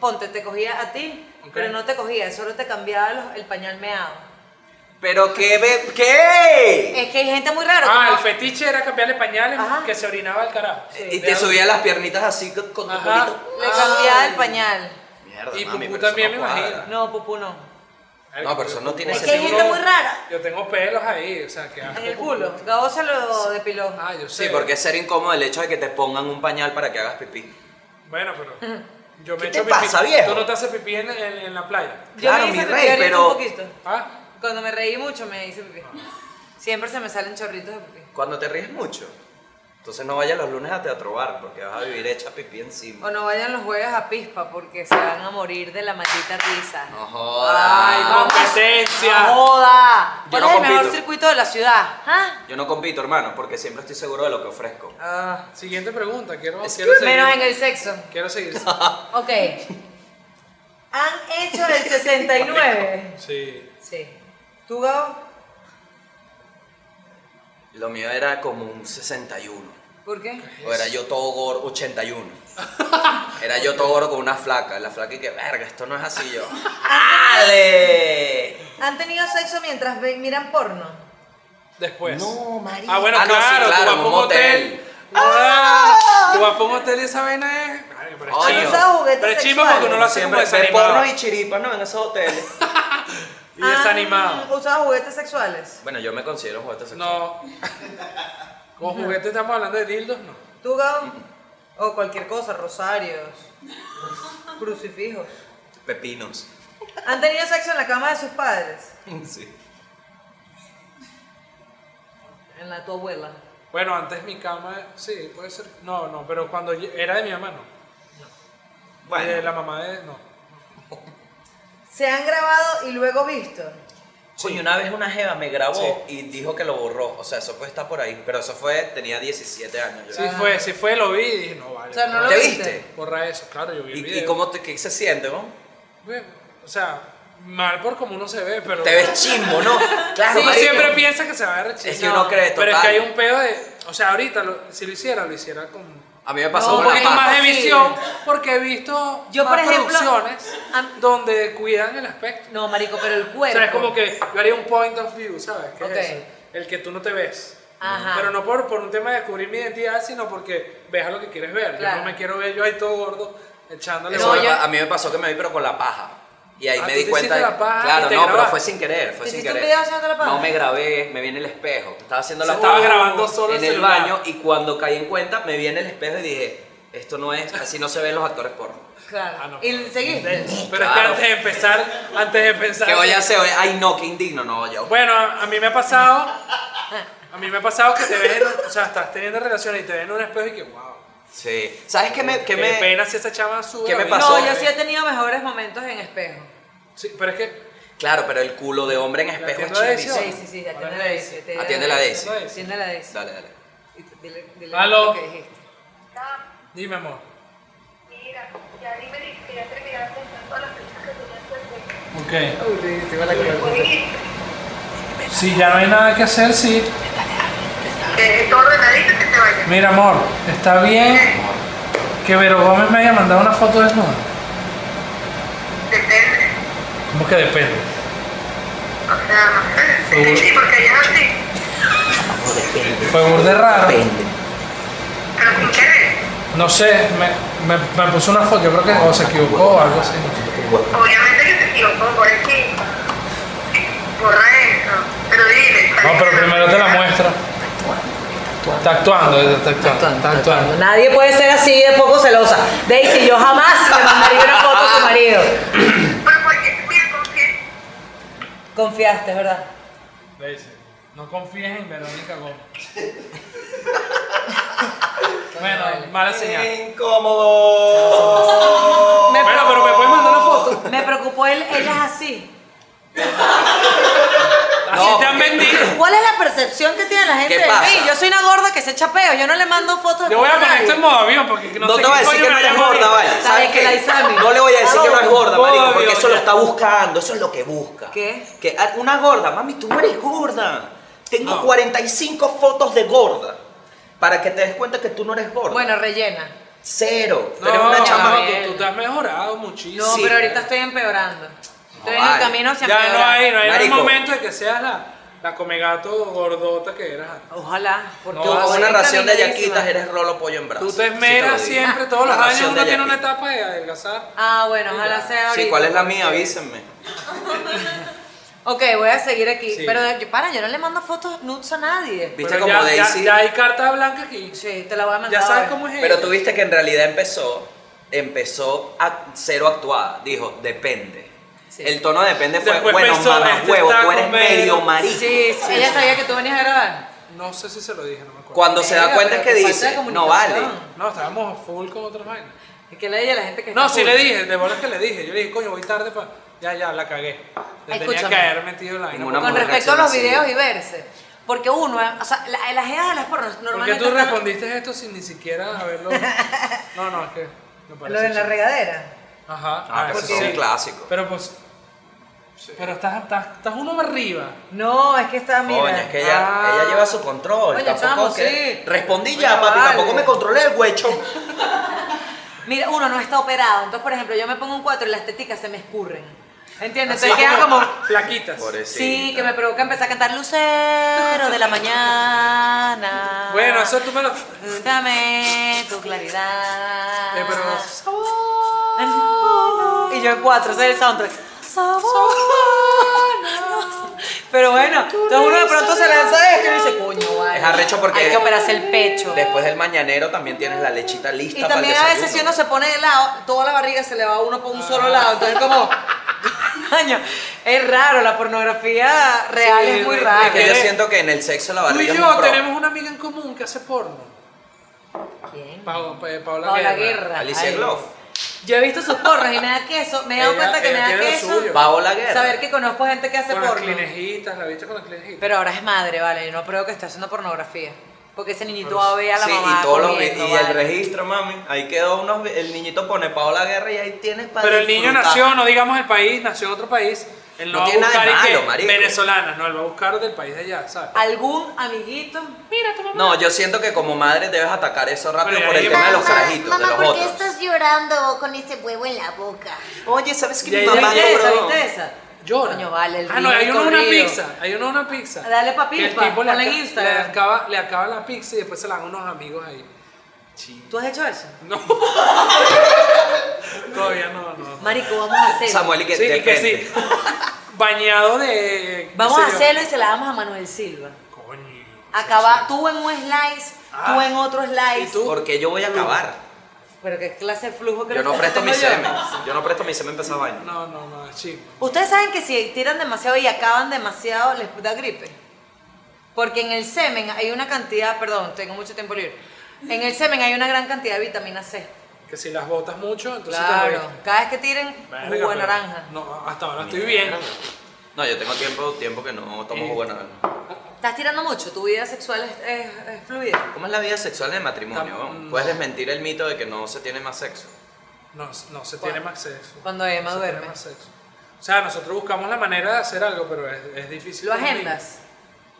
S2: ponte, te cogía a ti,
S3: Ok.
S2: pero no te cogía, solo te cambiaba los- el pañal meado.
S1: Pero qué, be- qué.
S2: Es que hay gente muy rara.
S3: Ah, el
S2: como-
S3: fetiche era cambiarle pañales
S2: Ajá.
S3: que se orinaba al carajo.
S1: Y te subía las piernitas así con con tu
S3: Ajá.
S1: culito.
S2: le cambiaba
S3: Ah.
S2: el pañal.
S1: Mierda,
S3: Y
S1: mami,
S3: Pupú
S1: pero eso
S3: también
S1: no
S3: me
S1: cuadra.
S3: imagino.
S2: No, Pupu, no.
S1: No, pero eso no tiene
S2: Es que hay
S1: sentido.
S2: gente muy rara.
S3: Yo tengo pelos ahí, o sea, que asco,
S2: En el
S3: pupú.
S2: culo. Gabo se lo depiló.
S3: Ah, yo sé.
S1: Sí, porque es ser incómodo el hecho de que te pongan un pañal para que hagas pipí.
S3: Bueno, pero. Yo me
S1: ¿Qué
S3: echo
S1: te
S3: pipí.
S1: pasa, viejo?
S3: Tú no te haces pipí en, en- en la playa.
S1: Claro, mi
S2: pipí
S1: rey,
S2: ahorita
S1: pero-
S2: un poquito.
S3: Ah,
S2: Cuando me reí mucho me hice pipí. Siempre se me salen chorritos de pipí.
S1: Cuando te ríes mucho, entonces no vayas los lunes a Teatro Bar porque vas a vivir hecha pipí encima.
S2: O no vayan los jueves a Pispa porque se van a morir de la maldita risa.
S1: No jodas.
S3: Ay,
S2: vamos.
S3: competencia.
S2: ¡No joda!
S1: Yo
S2: ¿Cuál
S1: no
S2: es el mejor
S1: compito.
S2: circuito de la ciudad? ¿Ah?
S1: Yo no compito, hermano, porque siempre estoy seguro de lo que ofrezco.
S2: Ah.
S3: siguiente pregunta. Quiero, quiero
S1: Es
S3: seguir.
S2: Menos en el sexo.
S3: Quiero seguir.
S2: Ok. ¿Han hecho el 69?
S3: Sí.
S2: Sí. ¿Tú, Gabo?
S1: Lo mío era como un 61.
S2: ¿Por qué?
S1: O era yo todo gordo, 81. Era yo todo gordo con una flaca. La flaca y que, verga, esto no es así yo. ¡Ale!
S2: ¿Han tenido sexo mientras ve- miran porno?
S3: Después.
S1: No, marico.
S3: Ah, bueno,
S1: Ah, no, sí,
S3: claro,
S1: claro,
S3: tú vas
S1: en
S3: a un
S1: un
S3: hotel.
S1: hotel.
S3: Ah, Tú vas a un hotel y esa vaina es. Ay, pero es
S1: Ay,
S3: chimbo.
S1: no.
S2: ¿Han usado juguetes
S3: Pero es chimbo
S2: sexuales?
S3: porque uno lo hace como
S1: Siempre ver
S3: desanimado.
S1: porno y chiripas, ¿no? En esos hoteles.
S3: Y desanimado.
S2: ¿Han usado juguetes sexuales?
S1: Bueno, yo me considero un juguete sexual.
S3: No. Como juguete estamos hablando de dildos, no.
S2: ¿Tú, Gabo? O cualquier cosa, rosarios, crucifijos.
S1: Pepinos.
S2: ¿Han tenido sexo en la cama de sus padres?
S1: Sí.
S6: En la de tu abuela.
S3: Bueno, antes mi cama, sí, puede ser. No, no, pero cuando yo- era de mi mamá, no.
S1: Bueno.
S3: De la mamá de. No.
S2: Se han grabado y luego visto.
S1: Coño, una vez una jeva me grabó
S3: Sí.
S1: y dijo que lo borró. O sea, eso puede estar por ahí. Pero eso fue, tenía 17 años. yo.
S3: Sí fue, sí fue, lo vi y dije, no vale.
S2: O sea, no lo
S1: ¿Te
S2: viste.
S1: viste?
S3: Borra eso, claro, yo vi el
S1: ¿Y,
S3: video.
S1: y cómo te, qué se siente, no?
S3: Bueno, O sea, mal por como uno se ve, pero.
S1: Te ves chimbo, ¿no? Claro,
S3: uno
S1: marico.
S3: siempre piensa que se va a ver
S1: Es que uno cree,
S3: Pero es que
S1: total.
S3: hay un pedo de. O sea, ahorita, lo- si lo hiciera, lo hiciera con.
S1: A mí me
S3: un
S1: pasó con la
S3: poquito
S1: pata.
S3: más de
S2: sí.
S3: visión, porque he visto
S6: Yo,
S3: más
S6: por ejemplo,
S3: producciones
S6: am-
S3: donde cuidan el aspecto.
S6: No, marico, pero el
S3: O
S6: cuerpo.
S3: sea, es como que yo haría un point of view, ¿sabes? ¿Qué
S6: Ok.
S3: es eso? El que tú no te ves.
S6: Ajá.
S3: Pero no por, por un tema de descubrir mi identidad, sino porque veas lo que quieres ver.
S6: Claro.
S3: Yo no me quiero ver yo ahí todo gordo echándole
S1: Eso
S6: No,
S1: me
S6: yo-
S1: pa- A mí me pasó que me vi, pero con la paja. Y ahí
S3: Ah,
S1: me
S3: tú
S1: di
S3: te
S1: cuenta.
S3: hiciste
S1: de-
S3: la paja y
S1: claro,
S3: te
S1: no, pero
S3: grabaste.
S1: fue sin querer. Fue
S2: ¿Te
S1: sin
S2: hiciste un
S1: querer.
S2: video haciendo la paja?
S1: No me grabé, me vi en el espejo. Estaba haciendo
S3: Se
S1: la
S3: estaba
S1: paja
S3: grabando solo
S1: en
S3: el
S1: el
S3: celular.
S1: baño y cuando caí en cuenta me vi en el espejo y dije, esto no es, así no se ven los actores porno.
S2: Claro.
S3: Ah, no.
S2: Y seguiste.
S3: Pero es que
S1: Claro.
S3: antes de empezar, antes de pensar.
S1: ¿Qué voy a hacer hoy? Ay, no, qué indigno, no, yo.
S3: Bueno, a a mí me ha pasado. A mí me ha pasado que te ves, en- o sea, estás teniendo relaciones y te ves en un espejo y que, wow.
S1: Sí. ¿Sabes qué me, qué
S3: Qué
S1: me,
S3: pena si esa chama sube.
S1: qué
S3: la
S1: me
S3: vida.
S1: pasó?
S2: No, yo sí he tenido mejores momentos en espejo.
S3: Sí, pero es que.
S1: Claro, pero el culo de hombre en espejo es
S3: Atiendo la
S1: chiquísimo.
S3: edición.
S2: Sí, sí, sí, atiende la Daisy.
S1: Atiende la Daisy.
S2: Atiende la Daisy.
S1: Dale, dale.
S2: Y tú- Dile, dile
S3: Aló.
S2: lo que dijiste.
S3: Dime, amor.
S5: Mira, ya dime que ya terminaste todas las películas que tenías
S3: Ok.
S2: Uy, sí, sí, va la que-
S5: que hacer.
S3: Si ya no hay nada que hacer, sí.
S5: Eh, todo ordenadito que te vayas.
S3: Mira, amor, está bien que Vero Gómez me haya mandado una foto desnuda.
S5: Depende.
S3: ¿Cómo que depende?
S5: O sea, no sé. Sí, porque ella es así.
S3: Fue burde raro.
S5: Pero sin querer.
S3: No sé, me, me, me puso una foto, yo creo que o se equivocó o algo así.
S5: Obviamente que se equivocó, por eso. Borra eso. Pero dile.
S3: No, pero primero te la muestro. Está actuando, está actuando, está actuando.
S6: Nadie puede ser así de poco celosa. Daisy, yo jamás le mandaría una foto
S1: Ah.
S6: a tu marido.
S5: Pero porque, mira, confía.
S2: Confiaste, ¿verdad?
S3: Le dice, no confíes en Verónica Gómez. bueno, mala señal.
S1: Incómodo.
S2: Me
S3: Bueno, pero me puedes mandar la foto.
S2: Me preocupó él, ella es así.
S3: Así te han
S1: porque-
S3: vendido.
S2: ¿Cuál es la percepción que tiene la gente
S1: ¿Qué
S2: de
S1: pasa?
S2: mí? Yo soy una gorda que se echa peo, yo no le mando fotos de
S3: Yo voy a
S2: porno
S3: poner
S2: nadie.
S3: esto en modo avión porque no,
S1: No
S3: sé
S1: te voy
S3: qué
S1: a decir
S3: coño
S1: que no
S3: me
S1: eres
S3: llamo
S1: gorda,
S3: ahorita.
S1: vale. ¿Sabes
S2: Dale, que la
S1: qué?
S2: Isami.
S1: No le voy a decir que no es gorda, marico,
S3: Obvio,
S1: porque eso
S3: ya.
S1: lo está buscando, eso es lo que busca.
S2: ¿Qué?
S1: Que ah, una gorda, mami, tú no eres gorda. Tengo
S3: No.
S1: 45 fotos de gorda para que te des cuenta que tú no eres gorda.
S2: Bueno, rellena.
S1: Cero. Tú eres
S3: No,
S1: una chama.
S3: no, tú, tú te has mejorado muchísimo.
S2: No,
S1: Sí.
S2: pero ahorita estoy empeorando. Estoy en el
S1: vale.
S2: camino hacia
S3: ya no
S2: empeorar.
S3: hay, no hay
S1: Marico.
S3: un momento de que seas la, la comegato gordota que eras. antes.
S2: Ojalá, porque
S1: Tú
S3: No,
S1: con
S2: estoy
S1: una ración de
S2: encaminadísima.
S1: yaquitas eres rolo pollo en brazos.
S3: Tú te esmeras siempre, todos los años uno tiene una etapa de adelgazar.
S2: Ah, bueno, ojalá sea ahorita.
S1: Sí, ¿cuál es la mía?
S2: porque-
S1: Avísenme.
S2: Ok, voy a seguir aquí.
S3: Sí.
S2: Pero yo- para, yo no le mando fotos nudes a nadie.
S1: ¿Viste
S3: Pero
S1: como
S3: ya, ya-
S1: Daisy?
S3: ya hay carta blanca aquí.
S2: Sí, te la voy a mandar.
S3: Ya sabes
S2: ahora.
S3: cómo es ella.
S1: Pero tú viste que en realidad empezó, empezó a cero actuada. Dijo, depende.
S2: Sí.
S1: El tono de depende fue,
S3: Después
S1: bueno,
S3: pensó,
S1: mamá,
S3: este
S1: huevo,
S3: está
S1: tú eres
S3: con medio".
S1: medio
S2: Sí,
S1: marido.
S2: sí, sí. ella sabía que tú venías a grabar.
S3: No sé si se lo dije, no me acuerdo.
S1: Cuando se da
S2: Verga,
S1: cuenta es
S2: pero
S1: que
S2: qué falta de
S1: dice, no vale.
S2: comunicación.
S3: No, estábamos full con otras vainas.
S2: Es que le dije a la gente que
S3: No,
S2: está
S3: sí
S2: full.
S3: le dije, de bolas que le dije. Yo le dije, coño, voy tarde para. Ya, ya, la cagué. Le tenía
S2: Escúchame.
S3: que haber metido la vaina.
S1: Ninguna
S3: porque-
S2: Con
S1: mujer
S2: respecto a los
S1: reacciona
S2: videos
S1: así.
S2: y verse. Porque uno, eh, o sea, la- las geas de las pornos
S3: ¿Por qué
S2: normalmente.
S3: tú
S2: están-
S3: respondiste esto sin ni siquiera haberlo.? No, no, es que. Me parece
S2: Lo de la
S3: chido.
S2: regadera.
S3: Ajá.
S1: Ah, pero
S3: eso
S1: eso es un clásico.
S3: Pero pues. Pero estás, estás, estás uno más arriba.
S2: No, es que está, mira.
S1: Coño, es que ella,
S3: Ah.
S1: ella lleva su control.
S2: Oye,
S1: tampoco
S2: chamo,
S1: que...
S2: sí.
S1: Respondí
S2: Oye,
S1: ya, papi,
S2: vale.
S1: tampoco me controlé el huecho.
S2: Mira, uno no está operado. Entonces, por ejemplo, yo me pongo un 4 y las teticas se me escurren. ¿Entiendes?
S3: Así
S1: Ah,
S2: Entonces queda como.
S3: Flaquitas.
S2: Sí, que me provoca empezar a cantar Lucero de la mañana.
S3: Bueno, eso tú me lo. Eh,
S1: Ah,
S2: Dame tu
S1: Eh,
S2: claridad.
S3: pero.
S2: Y yo en cuatro, ese es el soundtrack. Pero bueno, entonces uno de pronto se lanza esto y dice, coño, vale.
S1: Es arrecho porque-
S2: Hay que operarse el pecho.
S1: Después del mañanero también tienes la lechita lista
S2: Y
S1: para el
S2: también a veces si
S1: desayuno.
S3: Ah.
S2: uno se pone de lado, toda la barriga se le va a uno por un solo lado. Entonces como, coño, Es raro, la pornografía real
S3: Sí,
S2: es muy
S3: es
S2: rara.
S1: Es que yo
S3: eres-
S1: siento que en el sexo la
S3: Tú
S1: barriga
S3: y
S1: es un
S3: yo
S1: pro.
S3: tenemos una amiga en común que hace porno.
S2: ¿Quién?
S3: Pa- pa- Paola,
S2: Paola
S3: Guerra.
S2: Guerra.
S1: Alicia
S2: Ay.
S1: Gloff.
S2: Yo he visto sus pornos y me da queso. Me he dado
S3: Ella-
S2: cuenta que me
S3: ella
S2: da
S3: tiene lo
S2: queso
S3: suyo.
S1: Paola Guerra.
S2: saber que conozco gente que hace
S3: Con las
S2: porno.
S3: clinejitas, ¿la viste con las clinejitas?
S2: Pero ahora es madre, vale. Yo no creo que esté haciendo pornografía. Porque ese niñito va a ver a la
S1: Sí,
S2: mamá
S1: y todos los vi-
S2: comiendo,
S1: y el
S2: vale.
S1: registro, mami. Ahí quedó unos vi- el niñito pone Paola Guerra y ahí tienes para
S3: Pero el niño
S1: disfrutar.
S3: nació, no digamos el país, nació en otro país. Él no, va
S1: No
S3: a
S1: tiene nada
S3: buscar
S1: de
S3: y que
S1: malo, marico.
S3: venezolanas, no, él va a buscar del país de allá, ¿sabes?
S2: ¿Algún amiguito? Mira tu mamá.
S1: No, yo siento que como madre debes atacar eso rápido
S3: Bueno,
S1: por
S3: y
S1: el
S3: ahí-
S1: tema de los
S4: Mamá,
S1: carajitos, de
S4: Mamá,
S1: los
S4: ¿por qué
S1: otros.
S4: estás llorando con ese huevo en la boca?
S1: Oye, ¿sabes que
S3: Ya,
S1: mi
S3: ya,
S1: mamá
S3: ya,
S2: ¿Viste
S1: no
S2: esa?
S1: probó?
S2: ¿Viste esa?
S3: Llora.
S2: Coño, vale, el
S3: Ah, no, hay
S2: niño
S3: uno una
S2: corrido.
S3: pizza, hay uno una pizza.
S2: Dale pa'
S3: Que el
S2: pizza,
S3: tipo le
S2: ponla en
S3: aca-
S2: Instagram.
S3: Le acaba, le acaba la pizza y después se la dan unos amigos ahí.
S2: ¿Tú has hecho eso?
S3: No. Todavía no, no.
S2: Marico, vamos a hacerlo.
S1: Samuel y que
S3: sí, que
S1: depende.
S3: sí. Bañado de. qué
S2: Vamos
S3: sé
S2: a
S3: yo.
S2: hacerlo y se la damos a Manuel Silva.
S3: Coño.
S2: Acaba tú en un slice, tú
S3: Ah.
S2: en otro slice.
S3: ¿Y tú?
S1: Porque yo voy a acabar.
S2: Pero qué clase de flujo que
S1: Yo
S2: lo
S1: no
S2: que
S1: presto mi
S2: tengo yo.
S1: semen. Yo no presto mi semen para esa vaina.
S3: No, no, no, es chisme.
S2: Ustedes saben que si tiran demasiado y acaban demasiado, les da gripe. Porque en el semen hay una cantidad, perdón, tengo mucho tiempo libre. En el semen hay una gran cantidad de vitamina C.
S3: Que si las botas mucho, entonces te
S2: Claro.
S3: jodiste.
S2: Cada vez que tiren
S3: Verga,
S2: jugo de
S3: pero-
S2: naranja.
S3: No, hasta ahora estoy bien.
S1: No, yo tengo tiempo, tiempo que no tomo jugo de naranja.
S2: Estás tirando mucho, tu vida sexual es, es- es fluida.
S1: ¿Cómo es la vida sexual en el matrimonio?
S3: Tam-
S1: Puedes
S3: no.
S1: desmentir el mito de que no se tiene más sexo.
S3: No, no se tiene más sexo.
S2: Cuando
S3: no
S2: Emma
S3: se
S2: duerme.
S3: tiene más sexo. O sea, nosotros buscamos la manera de hacer algo, pero es, es difícil.
S2: ¿Lo
S3: cumplir.
S2: agendas?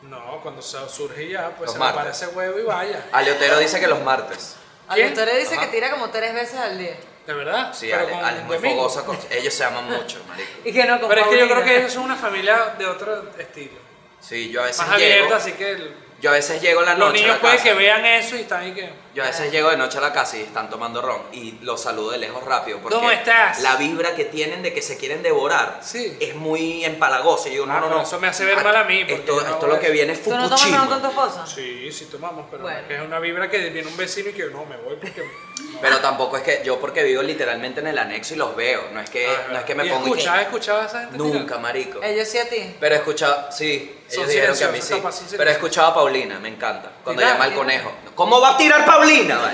S3: No, cuando se surge ya, pues
S1: Los
S3: se
S1: martes.
S3: me aparece huevo y vaya.
S1: Aleotero dice que los martes.
S3: ¿Quién?
S2: Alberto le dice
S1: Ajá.
S2: que tira como tres veces al día.
S3: De verdad.
S1: Sí,
S3: pero
S1: Ale,
S3: con
S1: Ale es muy
S3: domingo.
S1: fogosa. con- ellos se aman mucho, marico.
S2: Y que no con
S3: Pero es que yo creo
S2: Paulina.
S3: que ellos son una familia de otro estilo.
S1: Sí, yo a veces
S3: Más abierta,
S1: llego.
S3: así que el-
S1: Yo a veces llego en la
S3: los
S1: noche a
S3: niños
S1: la
S3: pueden
S1: casa.
S3: que vean eso y están ahí que.
S1: Yo a veces llego de noche a la casa y están tomando ron y los saludo de lejos rápido porque
S3: ¿Cómo estás?
S1: la vibra que tienen de que se quieren devorar
S3: Sí.
S1: es muy empalagoso. Y digo,
S3: Ah,
S1: no, no,
S3: pero
S1: no.
S3: eso me hace ver mal a mí, porque
S1: Esto,
S3: yo no
S1: esto
S3: hago
S1: lo que
S3: eso.
S1: viene es
S2: ¿Tú no tomas
S1: fukuchima.
S2: ron con tu esposa?
S3: Sí, sí tomamos, pero
S2: Bueno.
S3: es que es una vibra que viene un vecino y que no, me voy porque.
S1: Pero tampoco es que yo porque vivo literalmente en el anexo y los veo, no es que, Eh, no es que me
S3: Ah, ¿Y eh.
S1: pongo y que-
S3: escuchas, escuchado a esa gente?
S1: nunca,
S3: tirar?
S1: marico.
S2: Ellos Eh, sí a ti.
S1: Pero he escuchado, sí,
S3: Son
S1: ellos dijeron que a mí
S3: silenciosos,
S1: sí.
S3: capaz, son
S1: Pero he
S3: silenciosos.
S1: escuchado a Paulina, me encanta. Cuando
S3: Tira,
S1: llama al
S3: tira.
S1: conejo. ¿Cómo va a tirar Paulina? vale?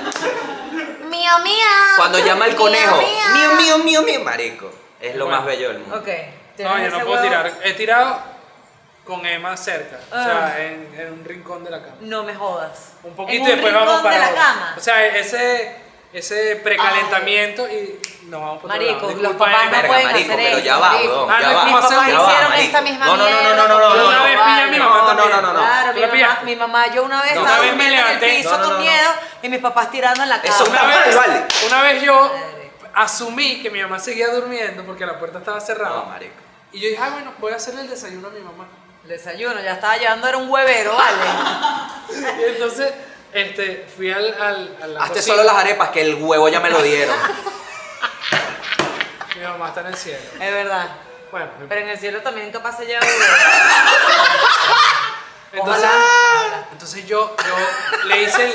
S4: Mío, mío.
S1: Cuando
S2: Ah,
S1: llama al
S4: Mío,
S1: conejo.
S4: mío.
S1: Mío, mío, mío, mío, marico. Es lo
S3: Bueno.
S1: más bello del mundo.
S2: Ok.
S3: No, yo
S2: ¿Tienes
S3: no
S2: ese
S3: puedo
S2: huevo?
S3: tirar. He tirado con Emma cerca, o
S2: Ah.
S3: sea, en, en un rincón de la cama.
S2: No me jodas.
S3: Un poquito
S2: En
S3: y después
S2: rincón
S3: vamos para
S2: de la
S3: otro.
S2: cama.
S3: O sea, ese, ese precalentamiento y nos vamos para otro
S2: Marico,
S3: lado.
S2: los
S3: Disculpa,
S2: papás
S3: Emma.
S1: Verga,
S2: pueden
S1: marico,
S2: hacer
S1: pero
S2: esto,
S1: ya va,
S2: marico.
S1: weón,
S3: Ah,
S1: ya
S3: no,
S1: va.
S3: mis papás
S1: ya va,
S4: hicieron
S1: marico.
S4: esta misma
S1: no, no, no, no, no, no, no,
S3: Yo
S1: no,
S3: una
S1: no.
S3: vez pillé a mi mamá
S1: No, no,
S3: también.
S1: no, no, no.
S2: Claro,
S3: ¿Tú
S2: mi
S3: la
S2: mamá,
S3: pillaste?
S2: mi mamá, yo una vez
S3: No,
S2: estaba
S3: una vez me
S2: durmiendo en el
S3: levanté.
S2: piso
S1: No, no,
S2: con
S1: no, no.
S2: miedo y mis papás tirando en la cama.
S1: Eso
S3: Una
S1: Está mal, vale.
S3: vez, una vez yo asumí que mi mamá seguía durmiendo porque la puerta estaba cerrada.
S1: No, marico.
S3: y yo dije, ah, bueno, voy a hacerle el desayuno a mi mamá.
S2: El Desayuno, ya estaba llevando, era un huevero, vale.
S3: Y entonces, este, fui al, al, a la
S1: Hazte
S3: cocina.
S1: solo las arepas que el huevo ya me lo dieron.
S3: Mi mamá está en el cielo.
S2: Es verdad.
S3: Bueno,
S2: Pero en el cielo también capaz se lleva huevero.
S3: entonces, entonces yo, yo le hice el...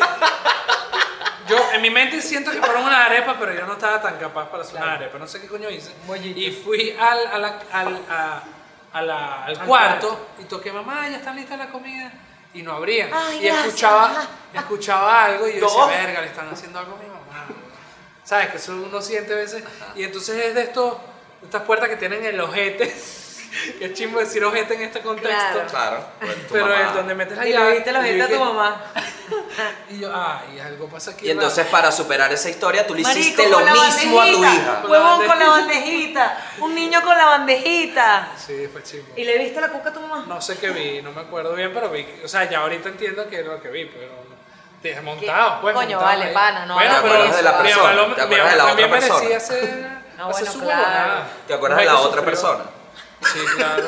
S3: Yo en mi mente siento que fueron una arepa, pero yo no estaba tan capaz para hacer una arepa. No sé qué coño hice.
S2: Bollito.
S3: Y fui al, a la- al, a- a la- al
S2: Al
S3: cuarto, y toqué, mamá, ya está lista la comida. Y no abrían.
S4: Ay,
S3: y
S4: gracias. Ah.
S3: escuchaba, escuchaba algo y yo
S1: No.
S3: decía, verga, le están haciendo algo a mi mamá. ¿Sabes? Que eso uno siente a veces. Y entonces es de estos, de estas puertas que tienen el ojete. Qué chingo decir ojete en este contexto.
S2: Claro.
S1: Claro. pues, tu
S3: Pero
S1: mamá.
S3: es donde metes la
S2: Y
S3: llave.
S2: le viste los
S3: y yo
S2: gente a tu
S3: dije-
S2: mamá.
S3: Y yo, ay, algo pasa aquí.
S1: Y entonces
S3: raro".
S1: para superar esa historia, tú le
S2: Marico,
S1: hiciste lo
S2: con la
S1: mismo a tu
S2: bandejita,
S1: hija.
S3: Con la
S2: Huevón con la bandejita. Un niño con la bandejita.
S3: Sí, fue chingo.
S2: ¿Y le viste la cuca a tu mamá?
S3: No sé qué vi, no me acuerdo bien, pero vi. O sea, ya ahorita entiendo que es lo que vi, pero. Desmontado, pues.
S2: Coño,
S3: montado
S2: vale,
S3: ahí.
S2: pana, no
S3: Bueno,
S2: hagas
S3: pero.
S2: eso, Te acuerdas de la
S3: mi
S1: persona,
S3: mamá lo-
S1: te
S3: mi
S1: acuerdas de la
S3: mamá también
S1: otra persona.
S3: merecía hacer.
S2: No,
S3: hacer
S2: Ah, bueno,
S3: su
S2: claro.
S3: huevonada.
S1: ¿Te acuerdas
S3: Mujer
S1: de la
S3: que
S1: otra
S3: sufrió.
S1: persona?
S3: Sí, claro.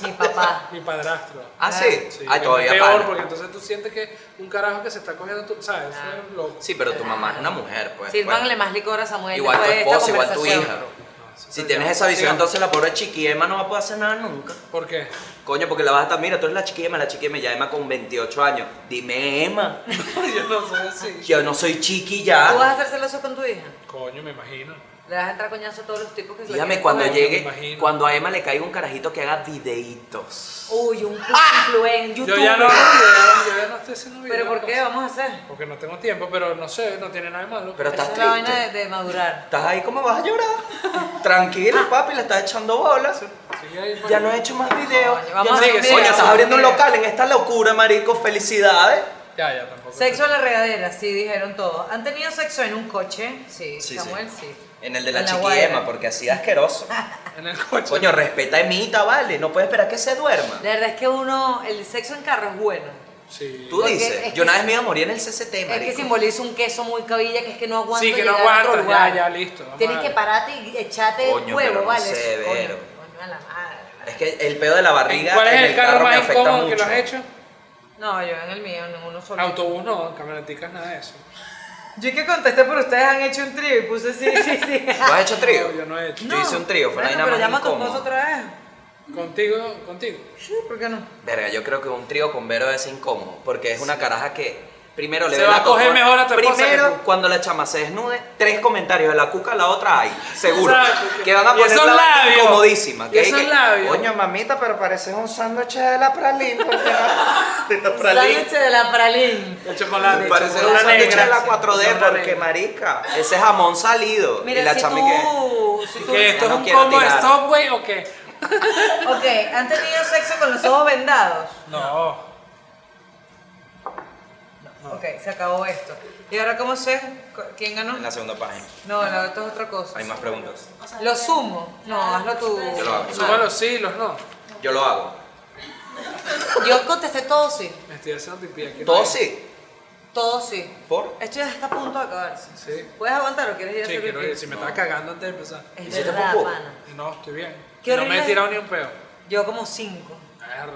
S2: Mi papá.
S3: Mi padrastro.
S1: Ah, sí.
S3: Sí,
S1: Ah,
S3: que
S1: todavía
S3: es peor,
S1: pana.
S3: porque entonces tú sientes que un carajo que se está cogiendo tu. ¿Sabes?
S2: Ah.
S3: Eso es loco.
S1: Sí, pero tu mamá es una mujer, pues.
S2: Sírvanle
S1: bueno.
S2: más licor a Samuel.
S1: Igual tu
S2: después de esta
S1: esposa, igual tu
S2: conversación.
S1: hija.
S3: No, eso
S1: Si
S3: ya-
S1: tienes esa visión,
S3: Digamos,
S1: entonces la pobre chiquiema no va a poder hacer nada nunca.
S3: ¿Por qué?
S1: Coño, porque la vas a estar, mira, tú eres la chiquiema, la chiquiema, ya Emma con 28 años. Dime, Emma,
S3: Yo no sé si.
S1: yo no soy chiqui
S2: ¿Tú
S1: ya.
S2: vas a hacer celoso con tu hija?
S3: Coño, me imagino.
S2: Le vas a entrar coñazo a todos los tipos que se la
S1: Dígame
S2: quieren
S1: cuando
S2: comer.
S3: llegue-
S1: llegue,
S3: imagino.
S1: cuando a Emma le caiga un carajito que haga videitos.
S2: Uy, un influen,
S3: Yo
S2: YouTube.
S3: ya no hago videos, yo ya no estoy haciendo videos.
S2: Pero ¿por qué
S3: no sé.
S2: vamos a hacer?
S3: Porque no tengo tiempo, pero no sé, no tiene nada de malo.
S1: Pero
S2: Esa
S1: estás
S2: es la vaina
S1: triste.
S2: de, de madurar.
S1: Estás ahí como vas a llorar. Tranquilo, papi, le estás echando bolas.
S3: Sigue ahí,
S1: Ya
S3: pues.
S1: no he hecho más videos.
S2: Coño,
S1: Ya
S2: vamos
S1: no
S2: a hacer
S1: he-
S2: un
S1: Coño,
S2: video,
S1: estás
S2: un
S1: abriendo un
S2: video.
S1: local en esta locura, marico. Felicidades.
S3: Ya, ya, tampoco.
S2: Sexo en la regadera, sí, dijeron todos. ¿Han tenido sexo en un coche? Sí,
S1: Sí,
S2: Samuel, sí.
S1: En el de la
S2: En la
S1: chiqui
S2: guaira.
S1: Emma, porque así es asqueroso.
S3: En el coche.
S1: Coño, respeta a Emita, vale. No puedes esperar que se duerma.
S2: La verdad es que uno, el sexo en carro es bueno.
S3: Sí.
S1: Tú
S2: Porque
S1: dices,
S2: es
S1: yo
S2: que-
S1: una vez me iba a morir en el CCT,
S2: Es que
S1: marico.
S2: simboliza un queso muy cabilla que es que no aguanta.
S3: Sí, que no
S2: llegar a otro
S3: aguantas,
S2: lugar.
S3: ya, ya, listo. vamos
S7: Tienes
S3: a-
S7: que pararte y echarte
S1: Coño,
S7: el huevo,
S1: pero no
S7: ¿vale?
S1: sé,
S7: Eso, coño,
S1: Vero.
S7: coño, a la madre.
S1: Es que el pedo de la barriga
S3: ¿Cuál
S1: en
S3: es el carro
S1: me
S3: más
S1: afecta
S3: incómodo que lo
S1: mucho.
S3: has hecho?
S2: No, yo en el mío, en uno solo.
S3: Autobús no, en camioneticas nada de eso.
S2: Yo que contesté por ustedes han hecho un trío y puse sí, sí, sí.
S1: ¿Tú has hecho trío?
S3: No, yo no he hecho.
S1: Yo hice un trío, fue la vaina
S2: bueno, pero
S1: más
S2: llama a tu
S1: incómoda.
S2: esposo otra vez.
S3: Contigo, contigo.
S2: Sí, ¿por qué no?
S1: Verga, yo creo que un trío con Vero es incómodo, porque es una caraja que primero le
S3: Se
S1: ve
S3: va
S1: la
S3: a coger
S1: cotorra.
S3: mejor a tu esposa
S1: Primero,
S3: que tú.
S1: cuando la chama se desnude, tres comentarios de la cuca, la otra hay, seguro.
S3: Exacto.
S1: Que van a
S3: Y
S1: poner
S3: esos
S1: la vaina
S3: labios.
S1: incomodísima.
S3: Y
S1: Que,
S3: esos
S1: que,
S3: labios.
S1: Coño, mamita, pero pareces un sándwich de la pralín. porque no- De la
S2: Sándwich de la pralín.
S3: El chocolate. el
S1: Pareces un
S3: chocolate
S1: sándwich de
S3: negra.
S1: la 4D,
S3: Chocolate
S1: porque
S3: negra.
S1: marica, ese jamón salido. y
S2: Mira,
S1: la
S2: si
S1: chama y que-
S2: tú, si tú...
S3: ¿Que esto
S1: no
S3: es un
S1: quiero
S3: combo de
S1: tirar.
S3: Subway o qué?
S2: Ok, ¿han tenido sexo con los ojos vendados?
S3: No.
S2: Ok, se acabó esto. ¿Y ahora cómo sé? ¿Quién ganó?
S1: En la segunda página.
S2: No, la otra es otra cosa.
S1: Hay más preguntas.
S2: ¿Lo sumo? No, hazlo tú.
S1: Yo lo hago.
S3: Suma los sí, los no.
S1: Yo lo hago.
S2: Yo contesté todo sí.
S3: Me estoy haciendo pipí aquí.
S1: Todo sí.
S2: Todo sí.
S1: ¿Por?
S2: Esto ya está a punto de acabarse.
S3: Sí.
S2: ¿Puedes aguantar o quieres ir a
S3: Sí,
S2: hacer
S3: quiero
S2: pipí?
S3: ir. Si me estaba cagando antes de empezar.
S2: Es
S1: ¿Hiciste
S2: verdad,
S1: popó?
S2: pana.
S3: No, estoy bien.
S2: Qué
S3: no me he
S2: horrible.
S3: tirado ni un peo.
S2: Yo como cinco.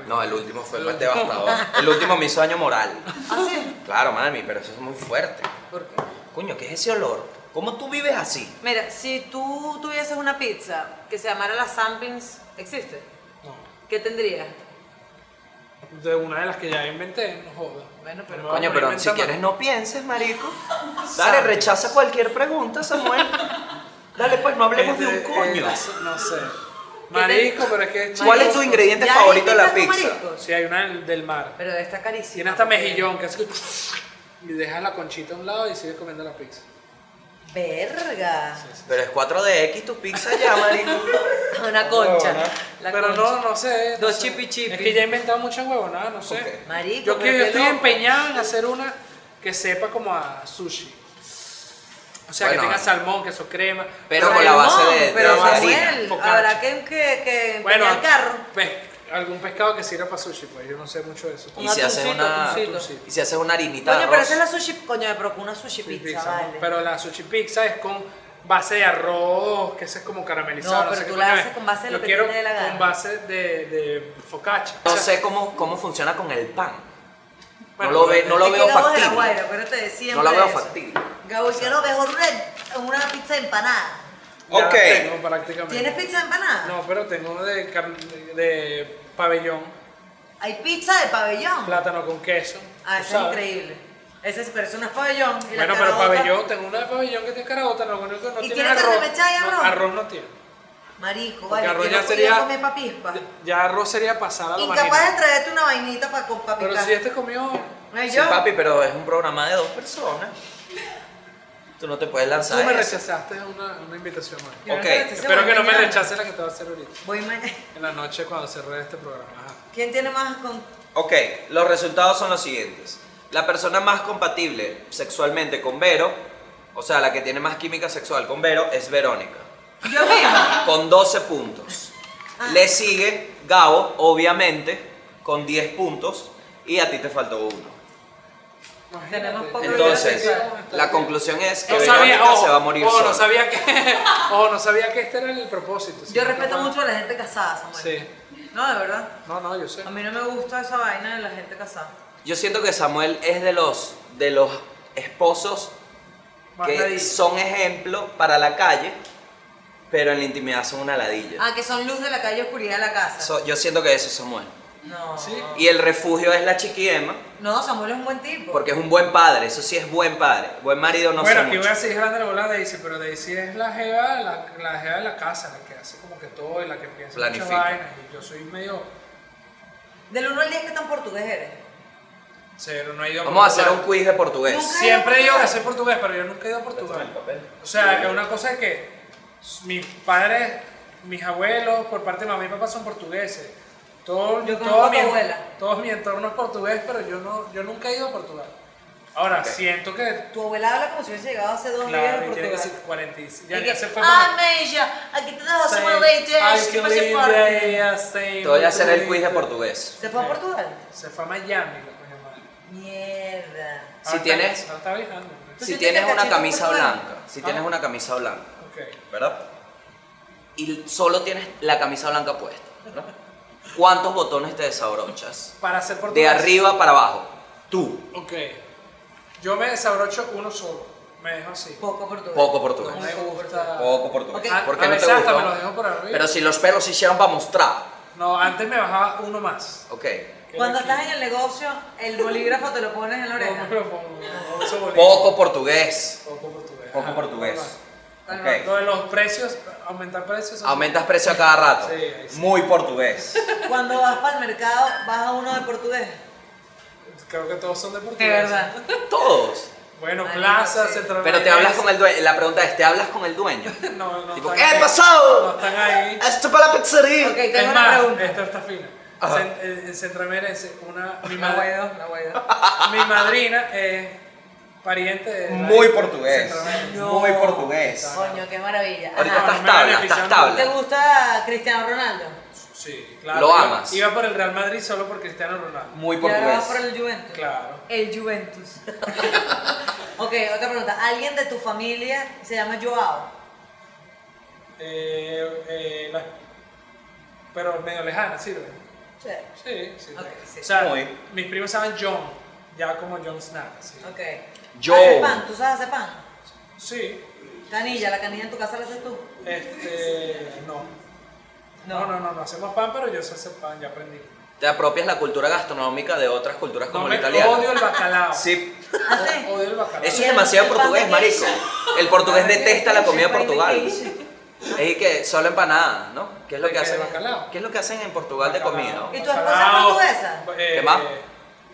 S1: No, el último fue el más devastador. El último me hizo daño moral.
S2: ¿Ah, sí?
S1: Claro, mami, pero eso es muy fuerte.
S2: ¿Por qué?
S1: Coño, ¿qué es ese olor? ¿Cómo tú vives así?
S2: Mira, si tú tuvieses una pizza que se llamara la Sampings, ¿existe?
S3: No.
S2: ¿Qué tendrías?
S3: De una de las que ya inventé, no joda.
S2: Bueno,
S3: No me
S2: pero-
S3: voy a
S1: Coño,
S3: poner
S1: pero si
S3: inventando.
S1: quieres no pienses, marico. Dale, rechaza cualquier pregunta, Samuel. Dale, pues no hablemos de un
S3: Este,
S1: coño.
S3: eh, no sé. Marico, pero es que es
S1: ¿Cuál es
S3: chico.
S1: tu ingrediente
S2: ¿Ya
S1: favorito de la
S2: inventas tu
S1: pizza?
S2: marisco?
S3: Sí, hay una del, del mar.
S2: Pero está carísima.
S3: Tiene hasta
S2: porque-
S3: mejillón, que hace que... Y dejas la conchita a un lado y sigues comiendo la pizza.
S2: Verga.
S1: Pero es 4DX tu pizza ya, marico.
S2: Una concha.
S1: Huevona.
S2: La
S3: pero
S2: concha.
S3: no, no sé. no
S2: Dos
S3: sé.
S2: chipi chipi.
S3: Es que ya he inventado muchas huevonadas, no sé.
S1: Ok.
S2: Marico,
S3: Yo,
S2: pero
S3: quiero- yo
S2: qué
S3: estoy
S2: loco.
S3: empeñado en hacer una que sepa como a sushi. O sea,
S1: Bueno.
S3: que tenga salmón, queso crema.
S1: Pero con la base de, de-
S2: Pero
S1: de harina.
S2: Samuel,
S3: Focaccia.
S2: habrá que, que, que
S3: Bueno,
S2: empeñar el carro.
S3: pe- algún pescado que sirva para sushi, pues yo no sé mucho de eso.
S1: Y
S2: Un
S1: si haces
S2: atuncito,
S1: una,
S2: atuncito.
S1: y si haces una harinita de
S2: Coño, pero
S1: arroz.
S2: esa es la sushi, coño, pero con una
S3: Sí,
S2: sushi pizza,
S3: pizza, ¿no?
S2: vale.
S3: Pero la sushi pizza es con base de arroz, que ese es como caramelizado.
S2: No, pero
S3: sé
S2: tú
S3: qué
S2: la
S3: coño
S2: haces
S3: es.
S2: con base de
S3: Yo
S2: lo que
S3: quiero
S2: te dé la gana.
S3: Con base de, de focaccia.
S1: No
S3: O sea,
S1: sé cómo, cómo funciona con el pan.
S3: Bueno,
S1: no lo, ve- no lo
S2: Es que
S1: veo
S2: Gabo es de la
S1: factible.
S2: Guaira, acuérdate de siempre
S1: No la veo
S2: de eso.
S1: factible.
S7: Gabo, quiero mejor una, una pizza de empanada.
S3: ya la
S1: Ok.
S3: tengo prácticamente.
S7: ¿Tienes pizza de empanada?
S3: No, pero tengo de, car- de pabellón,
S7: Hay pizza de pabellón.
S3: plátano con queso.
S2: Ah,
S3: tú
S2: eso es
S3: sabes.
S2: increíble. Ese es, pero eso no es pabellón. y la
S3: Bueno, pero
S2: carabota-
S3: pabellón, tengo una de pabellón que tiene carabota, lo único que no
S7: ¿Y
S3: tiene
S7: tiene
S3: arroz.
S7: carne mechada y
S3: No,
S7: arroz?
S3: arroz no tiene.
S7: Marico, vale,
S3: Porque arroz
S7: que
S3: ya
S7: no
S3: sería-
S7: podía comer papispa.
S3: Ya arroz sería pasada la
S7: Incapaz
S3: vagina.
S7: de traerte una vainita para con papica.
S3: Pero si este comió,
S2: Ay,
S1: Sí,
S2: yo.
S1: papi, pero es un programa de dos personas. Tú no te puedes
S3: tú
S1: lanzar.
S3: me
S1: eso.
S3: rechazaste una, una invitación más.
S2: Yo no
S1: Ok,
S2: sé, este se
S3: Espero
S2: va
S3: que no me
S2: mañana.
S3: rechaces la que te va a hacer ahorita.
S2: Voy mañana.
S3: En la noche cuando cerré este programa. Ajá.
S2: ¿Quién tiene más con...?
S1: Ok, los resultados son los siguientes. La persona más compatible sexualmente con Vero, o sea, la que tiene más química sexual con Vero, es Verónica,
S2: Yo misma.
S1: con 12 puntos.
S2: Ah.
S1: Le sigue Gabo, obviamente, con 10 puntos, y a ti te faltó uno.
S3: Imagínate.
S2: Tenemos poco-
S1: Entonces, la conclusión es que Verónica se va a morir
S3: ojo, oh, no
S1: sola.
S3: sabía que, ojo, no sabía que este era el propósito.
S2: Yo
S3: sino que
S2: respeto
S3: más-
S2: mucho a la gente casada, Samuel.
S3: Sí.
S2: No, de verdad.
S3: No, no, yo sé.
S2: A mí no me gusta esa vaina de la gente casada.
S1: Yo siento que Samuel es de los, de los esposos
S3: Más
S1: que
S3: nadie.
S1: son ejemplo para la calle, pero en la intimidad son una ladilla.
S2: Ah, que son luz de la calle, oscuridad de la casa.
S1: So- yo siento que eso es Samuel.
S2: No.
S3: Sí.
S1: Y el refugio es la chiquiema,
S2: No, Samuel es un buen tipo.
S1: porque es un buen padre, eso sí es buen padre. Buen marido no
S3: bueno,
S1: sé
S3: aquí
S1: mucho.
S3: voy a seguir hablando de la bola de Daisy, pero Daisy es la jeva, la, la jeva de la casa, la que hace como que todo y la que piensa
S1: Planifica.
S3: muchas vainas. Y yo soy medio
S2: Del 1 al 10, ¿qué tan portugués eres?
S3: cero, no he ido
S1: Vamos a hacer un
S3: Portugal.
S1: quiz de portugués.
S2: Nunca.
S3: Siempre digo que sé portugués, pero yo nunca he ido a Portugal. O sea, que una cosa es que mis padres, mis abuelos, por parte de mamá y papá son portugueses. Todo,
S2: Yo
S3: todo
S2: conozco a
S3: mi,
S2: tu abuela.
S3: todo mi entorno es portugués, pero yo, no, yo nunca he ido a Portugal. Ahora, siento que...
S2: Tu abuela habla como si hubiese llegado hace dos días
S3: Claro,
S2: de
S3: y tiene que ser
S2: Portugal.
S3: 45.
S2: Y
S3: Ya,
S2: que,
S3: ya se fue.
S2: ah, Meija, aquí te dejo Samuel Leite,
S3: Ay,
S2: su
S3: qué linda
S2: pasaporte.
S3: ella, sí,
S1: Te voy a hacer el
S3: muy
S1: quiz de
S3: bonita.
S1: portugués.
S2: ¿Se fue a Portugal?
S3: Se fue a Miami, la coña madre.
S2: Mierda.
S1: Si
S3: Ahora
S1: tienes-
S3: está- ahora está viajando.
S1: Si
S2: Tú
S1: tienes
S2: sí tienes
S1: una
S2: cachete
S1: camisa
S2: portugués.
S1: blanca, si tienes
S3: Ah.
S1: una camisa blanca,
S3: Ok.
S1: ¿verdad? Y solo tienes la camisa blanca puesta, ¿verdad? ¿Cuántos botones te desabrochas?
S3: Para ser portugués.
S1: De arriba para abajo. Tú,
S3: Ok. Yo me desabrocho uno solo. Me dejo así.
S2: Poco portugués.
S1: poco
S3: No
S1: portugués.
S3: me gusta.
S1: Poco portugués.
S2: Ok.
S1: ¿Por
S3: A-
S1: qué
S3: a
S1: no te
S3: veces hasta me
S1: gustó?
S3: los dejo por arriba.
S1: Pero si los perros hicieron para mostrar.
S3: No, antes me bajaba uno más.
S1: Ok.
S2: Cuando estás en el negocio, el bolígrafo te lo pones en la
S3: No,
S2: oreja.
S3: me lo pongo. no, eso bonito.
S1: Poco portugués.
S3: Poco portugués.
S1: Poco
S3: Ajá,
S1: portugués.
S3: normal.
S2: Tal
S1: Ok.
S2: vez.
S3: Lo de los precios, aumentar precios. eso
S1: Aumentas precio a cada rato.
S3: Sí, ahí sí.
S1: Muy portugués.
S2: Cuando vas para el mercado, vas a uno de portugués.
S3: sí. Creo que todos son de portugués.
S2: De verdad.
S1: Todos.
S3: Bueno,
S2: Marico,
S3: plaza,
S2: sí.
S3: central.
S1: Pero te hablas con el dueño. La pregunta es, ¿te hablas con el dueño?
S3: No, no.
S1: Tipo,
S3: están
S1: ¿qué
S3: ahí.
S1: pasado?
S3: No están ahí.
S1: Esto para la pizzería.
S2: Ok, tengo
S3: es
S2: una
S3: más,
S2: pregunta.
S3: Esta está fina.
S1: Ajá.
S3: Cen- eh, en, en Centroamérica es una. Mi,
S2: No
S3: madre,
S2: guaydo, no guaydo.
S3: mi madrina es pariente de. la-
S1: Muy portugués.
S3: Centroamérica.
S1: Muy portugués.
S2: Coño, qué maravilla. Ajá.
S1: Ahorita
S3: está-
S1: estás
S3: Ah, me
S1: tabla,
S3: beneficiando.
S1: estás
S2: ¿Te
S1: tabla.
S2: gusta Cristiano Ronaldo?
S3: Sí, claro.
S1: Lo
S3: Iba-
S1: amas.
S3: Iba por el Real Madrid solo por Cristiano Ronaldo.
S1: Muy
S2: Y ahora
S1: portugués.
S2: vas por el Juventus.
S3: Claro.
S2: El Juventus. ok, otra pregunta. ¿Alguien de tu familia se llama Joao?
S3: Eh, eh, la- Pero medio lejana, sirve.
S2: Sí.
S3: Sí, sí.
S2: Ok,
S3: sí.
S2: sí.
S3: O sea,
S1: Muy.
S3: mis primos saben John, ya como John Snap. Sí.
S2: Ok.
S1: Yo.
S2: ¿Haces pan? ¿Tú sabes hacer pan?
S3: Sí,
S2: Canilla, la canilla en tu casa la haces tú.
S3: Este. No. No,
S2: No.
S3: no, no, no hacemos pan, pero yo sé hacer pan, ya aprendí.
S1: Te apropias la cultura gastronómica de otras culturas
S3: No
S1: como la
S3: me
S1: italiana.
S3: odio el bacalao.
S1: Sí.
S2: ¿Haces?
S3: Odio el bacalao.
S1: Eso
S2: Y
S1: es
S2: el-
S1: demasiado
S2: el pan
S1: portugués,
S2: de
S1: marico. El portugués detesta la comida de Portugal.
S2: Y
S1: Es que solo empanada, ¿no? ¿Qué es lo
S3: ¿De
S1: que
S3: qué?
S1: hacen?
S3: ¿Bacalao?
S1: ¿Qué es lo que hacen en Portugal de comida?
S2: ¿Y tu esposa
S3: Bacalao,
S2: portuguesa?
S3: eh,
S1: ¿Qué más?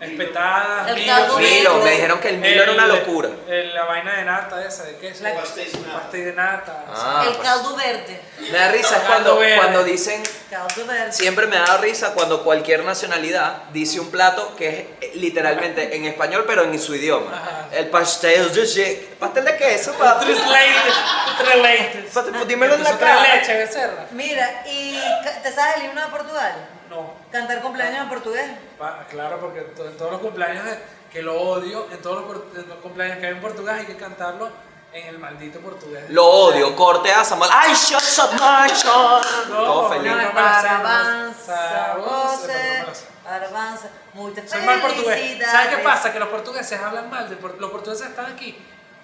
S3: Espetadas,
S2: El
S3: millo,
S2: caldo
S3: frito.
S1: Milo, me dijeron que el milo era una
S3: El-
S1: locura.
S3: el- la vaina de nata esa, ¿de queso?
S2: La-
S3: pastel de nata. Pastel de nata.
S1: Ah,
S2: El
S1: pues.
S2: caldo verde.
S1: Me da risa es
S3: Caldo
S1: cuando,
S3: verde.
S1: cuando dicen,
S2: Caldo verde.
S1: siempre me da risa cuando cualquier nacionalidad dice un plato que es eh, literalmente en español pero en su idioma. El pastel de che- pastel de queso,
S3: Ah,
S1: papi.
S3: Tres leites, tres leites.
S1: Papi, pues dímelo en la
S3: Entonces,
S1: cara.
S3: Tres leches, becerra.
S2: Mira, ¿y ca- te sabes el himno de Portugal?
S3: No.
S2: ¿Cantar cumpleaños en portugués?
S3: Pa- Claro, porque en to- en todos los cumpleaños de- que lo odio, en todos los, por- en los cumpleaños que hay en Portugal hay que cantarlo en el maldito portugués.
S1: Lo odio, corte a Samuel. ¡Ay, yo soy macho!
S3: No,
S1: Todo feliz.
S3: no, no.
S2: Parabanza,
S3: Sabroso,
S2: voces,
S3: sabroso.
S2: parabanza, muchas
S3: Soy mal portugués.
S2: felicidades.
S3: ¿Sabes qué pasa? Que los portugueses hablan mal. de por- los portugueses están aquí.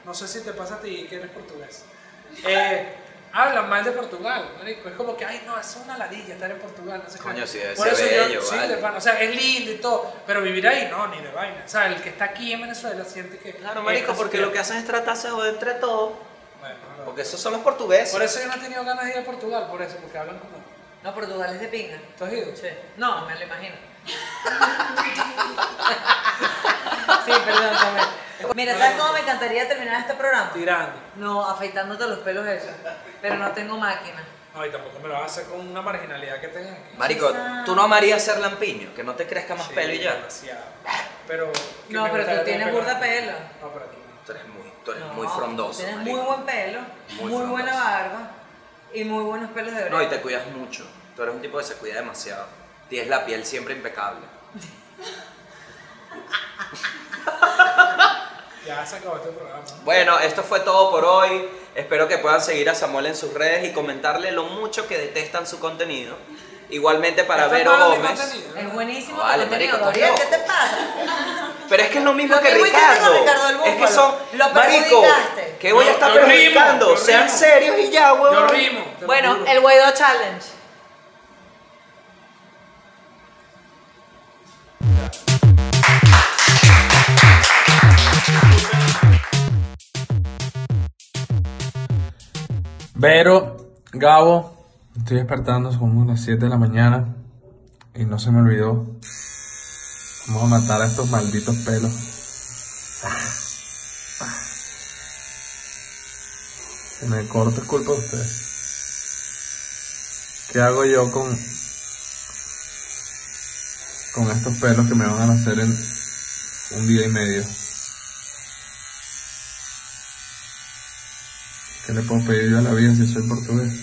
S3: No sé si te pasa a ti que eres portugués. Eh, hablan mal de Portugal, marico. Es como que, ay, no, es una ladilla estar en Portugal. No sé qué.
S1: Coño, sí, debe
S3: Por
S1: ser
S3: eso
S1: bello,
S3: yo, sí,
S1: vale.
S3: de pana. O sea, es lindo y todo. Pero vivir ahí, no, ni de vaina. O sea, el que está aquí en Venezuela siente que.
S1: Claro, marico,
S3: es-
S1: porque lo que hacen es tratarse de joder entre todos.
S3: Bueno, no.
S1: Porque esos son los portugueses.
S3: Por eso yo no he tenido ganas de ir a Portugal, por eso, porque hablan como.
S2: No, Portugal es de pinga.
S3: ¿Tú has ido?
S2: Sí. No, me lo imagino. sí, perdón, Samuel. Mira, ¿sabes cómo me encantaría terminar este programa?
S3: Tirando.
S2: No, afeitándote los pelos eso. Pero no tengo máquina.
S3: No, y tampoco me lo vas a hacer con una marginalidad que tengan aquí.
S1: Marico, tú no amarías ser lampiño, que no te crezca más
S3: Sí,
S1: pelo y ya.
S3: demasiado. Pero. que
S2: No,
S3: me
S2: pero
S3: gustaría
S2: tú
S3: tener
S2: tienes burda pelo.
S3: No, pero tú no.
S1: Tú eres muy, tú eres
S2: No,
S1: muy frondoso.
S2: Tienes
S1: marico.
S2: muy buen pelo, muy,
S1: frondoso.
S2: buena barba y muy buenos pelos de oreja.
S1: No, y te cuidas mucho. Tú eres un tipo que se cuida demasiado. Tienes la piel siempre impecable.
S3: Ya se acabó este programa.
S1: Bueno, esto fue todo por hoy. Espero que puedan seguir a Samuel en sus redes y comentarle lo mucho que detestan su contenido. Igualmente para
S3: Está
S1: Vero
S3: malo mi
S1: Gómez.
S3: contenido, ¿no?
S2: Es buenísimo.
S1: No, vale,
S2: tu contenido,
S1: marico, estás
S2: Gabriel, ¿qué
S1: loco.
S2: te pasa?
S1: Pero es que es lo mismo
S2: Lo
S1: que
S2: mismo hiciste
S1: Ricardo.
S2: con Ricardo del
S1: es que
S2: Búfalo.
S1: son.
S2: Lo
S1: marico,
S2: perjudicaste.
S1: que voy a
S3: Yo-
S1: estar
S3: yo rimo,
S1: perjudicando.
S3: yo
S1: Sean
S3: rimo.
S1: serios y ya, huevón.
S3: Yo rimo. te lo
S2: Bueno,
S3: juro.
S2: el Guaidó Challenge.
S8: Vero, Gabo, estoy despertando son como las 7 de la mañana y no se me olvidó. Vamos a matar a estos malditos pelos. Si me corto es culpa de ustedes. ¿Qué hago yo con, con estos pelos que me van a nacer en un día y medio? ¿Qué le puedo pedir yo a la vida si soy portugués?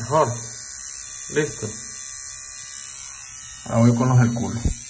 S8: Mejor. Listo. Ahora voy con los al culo.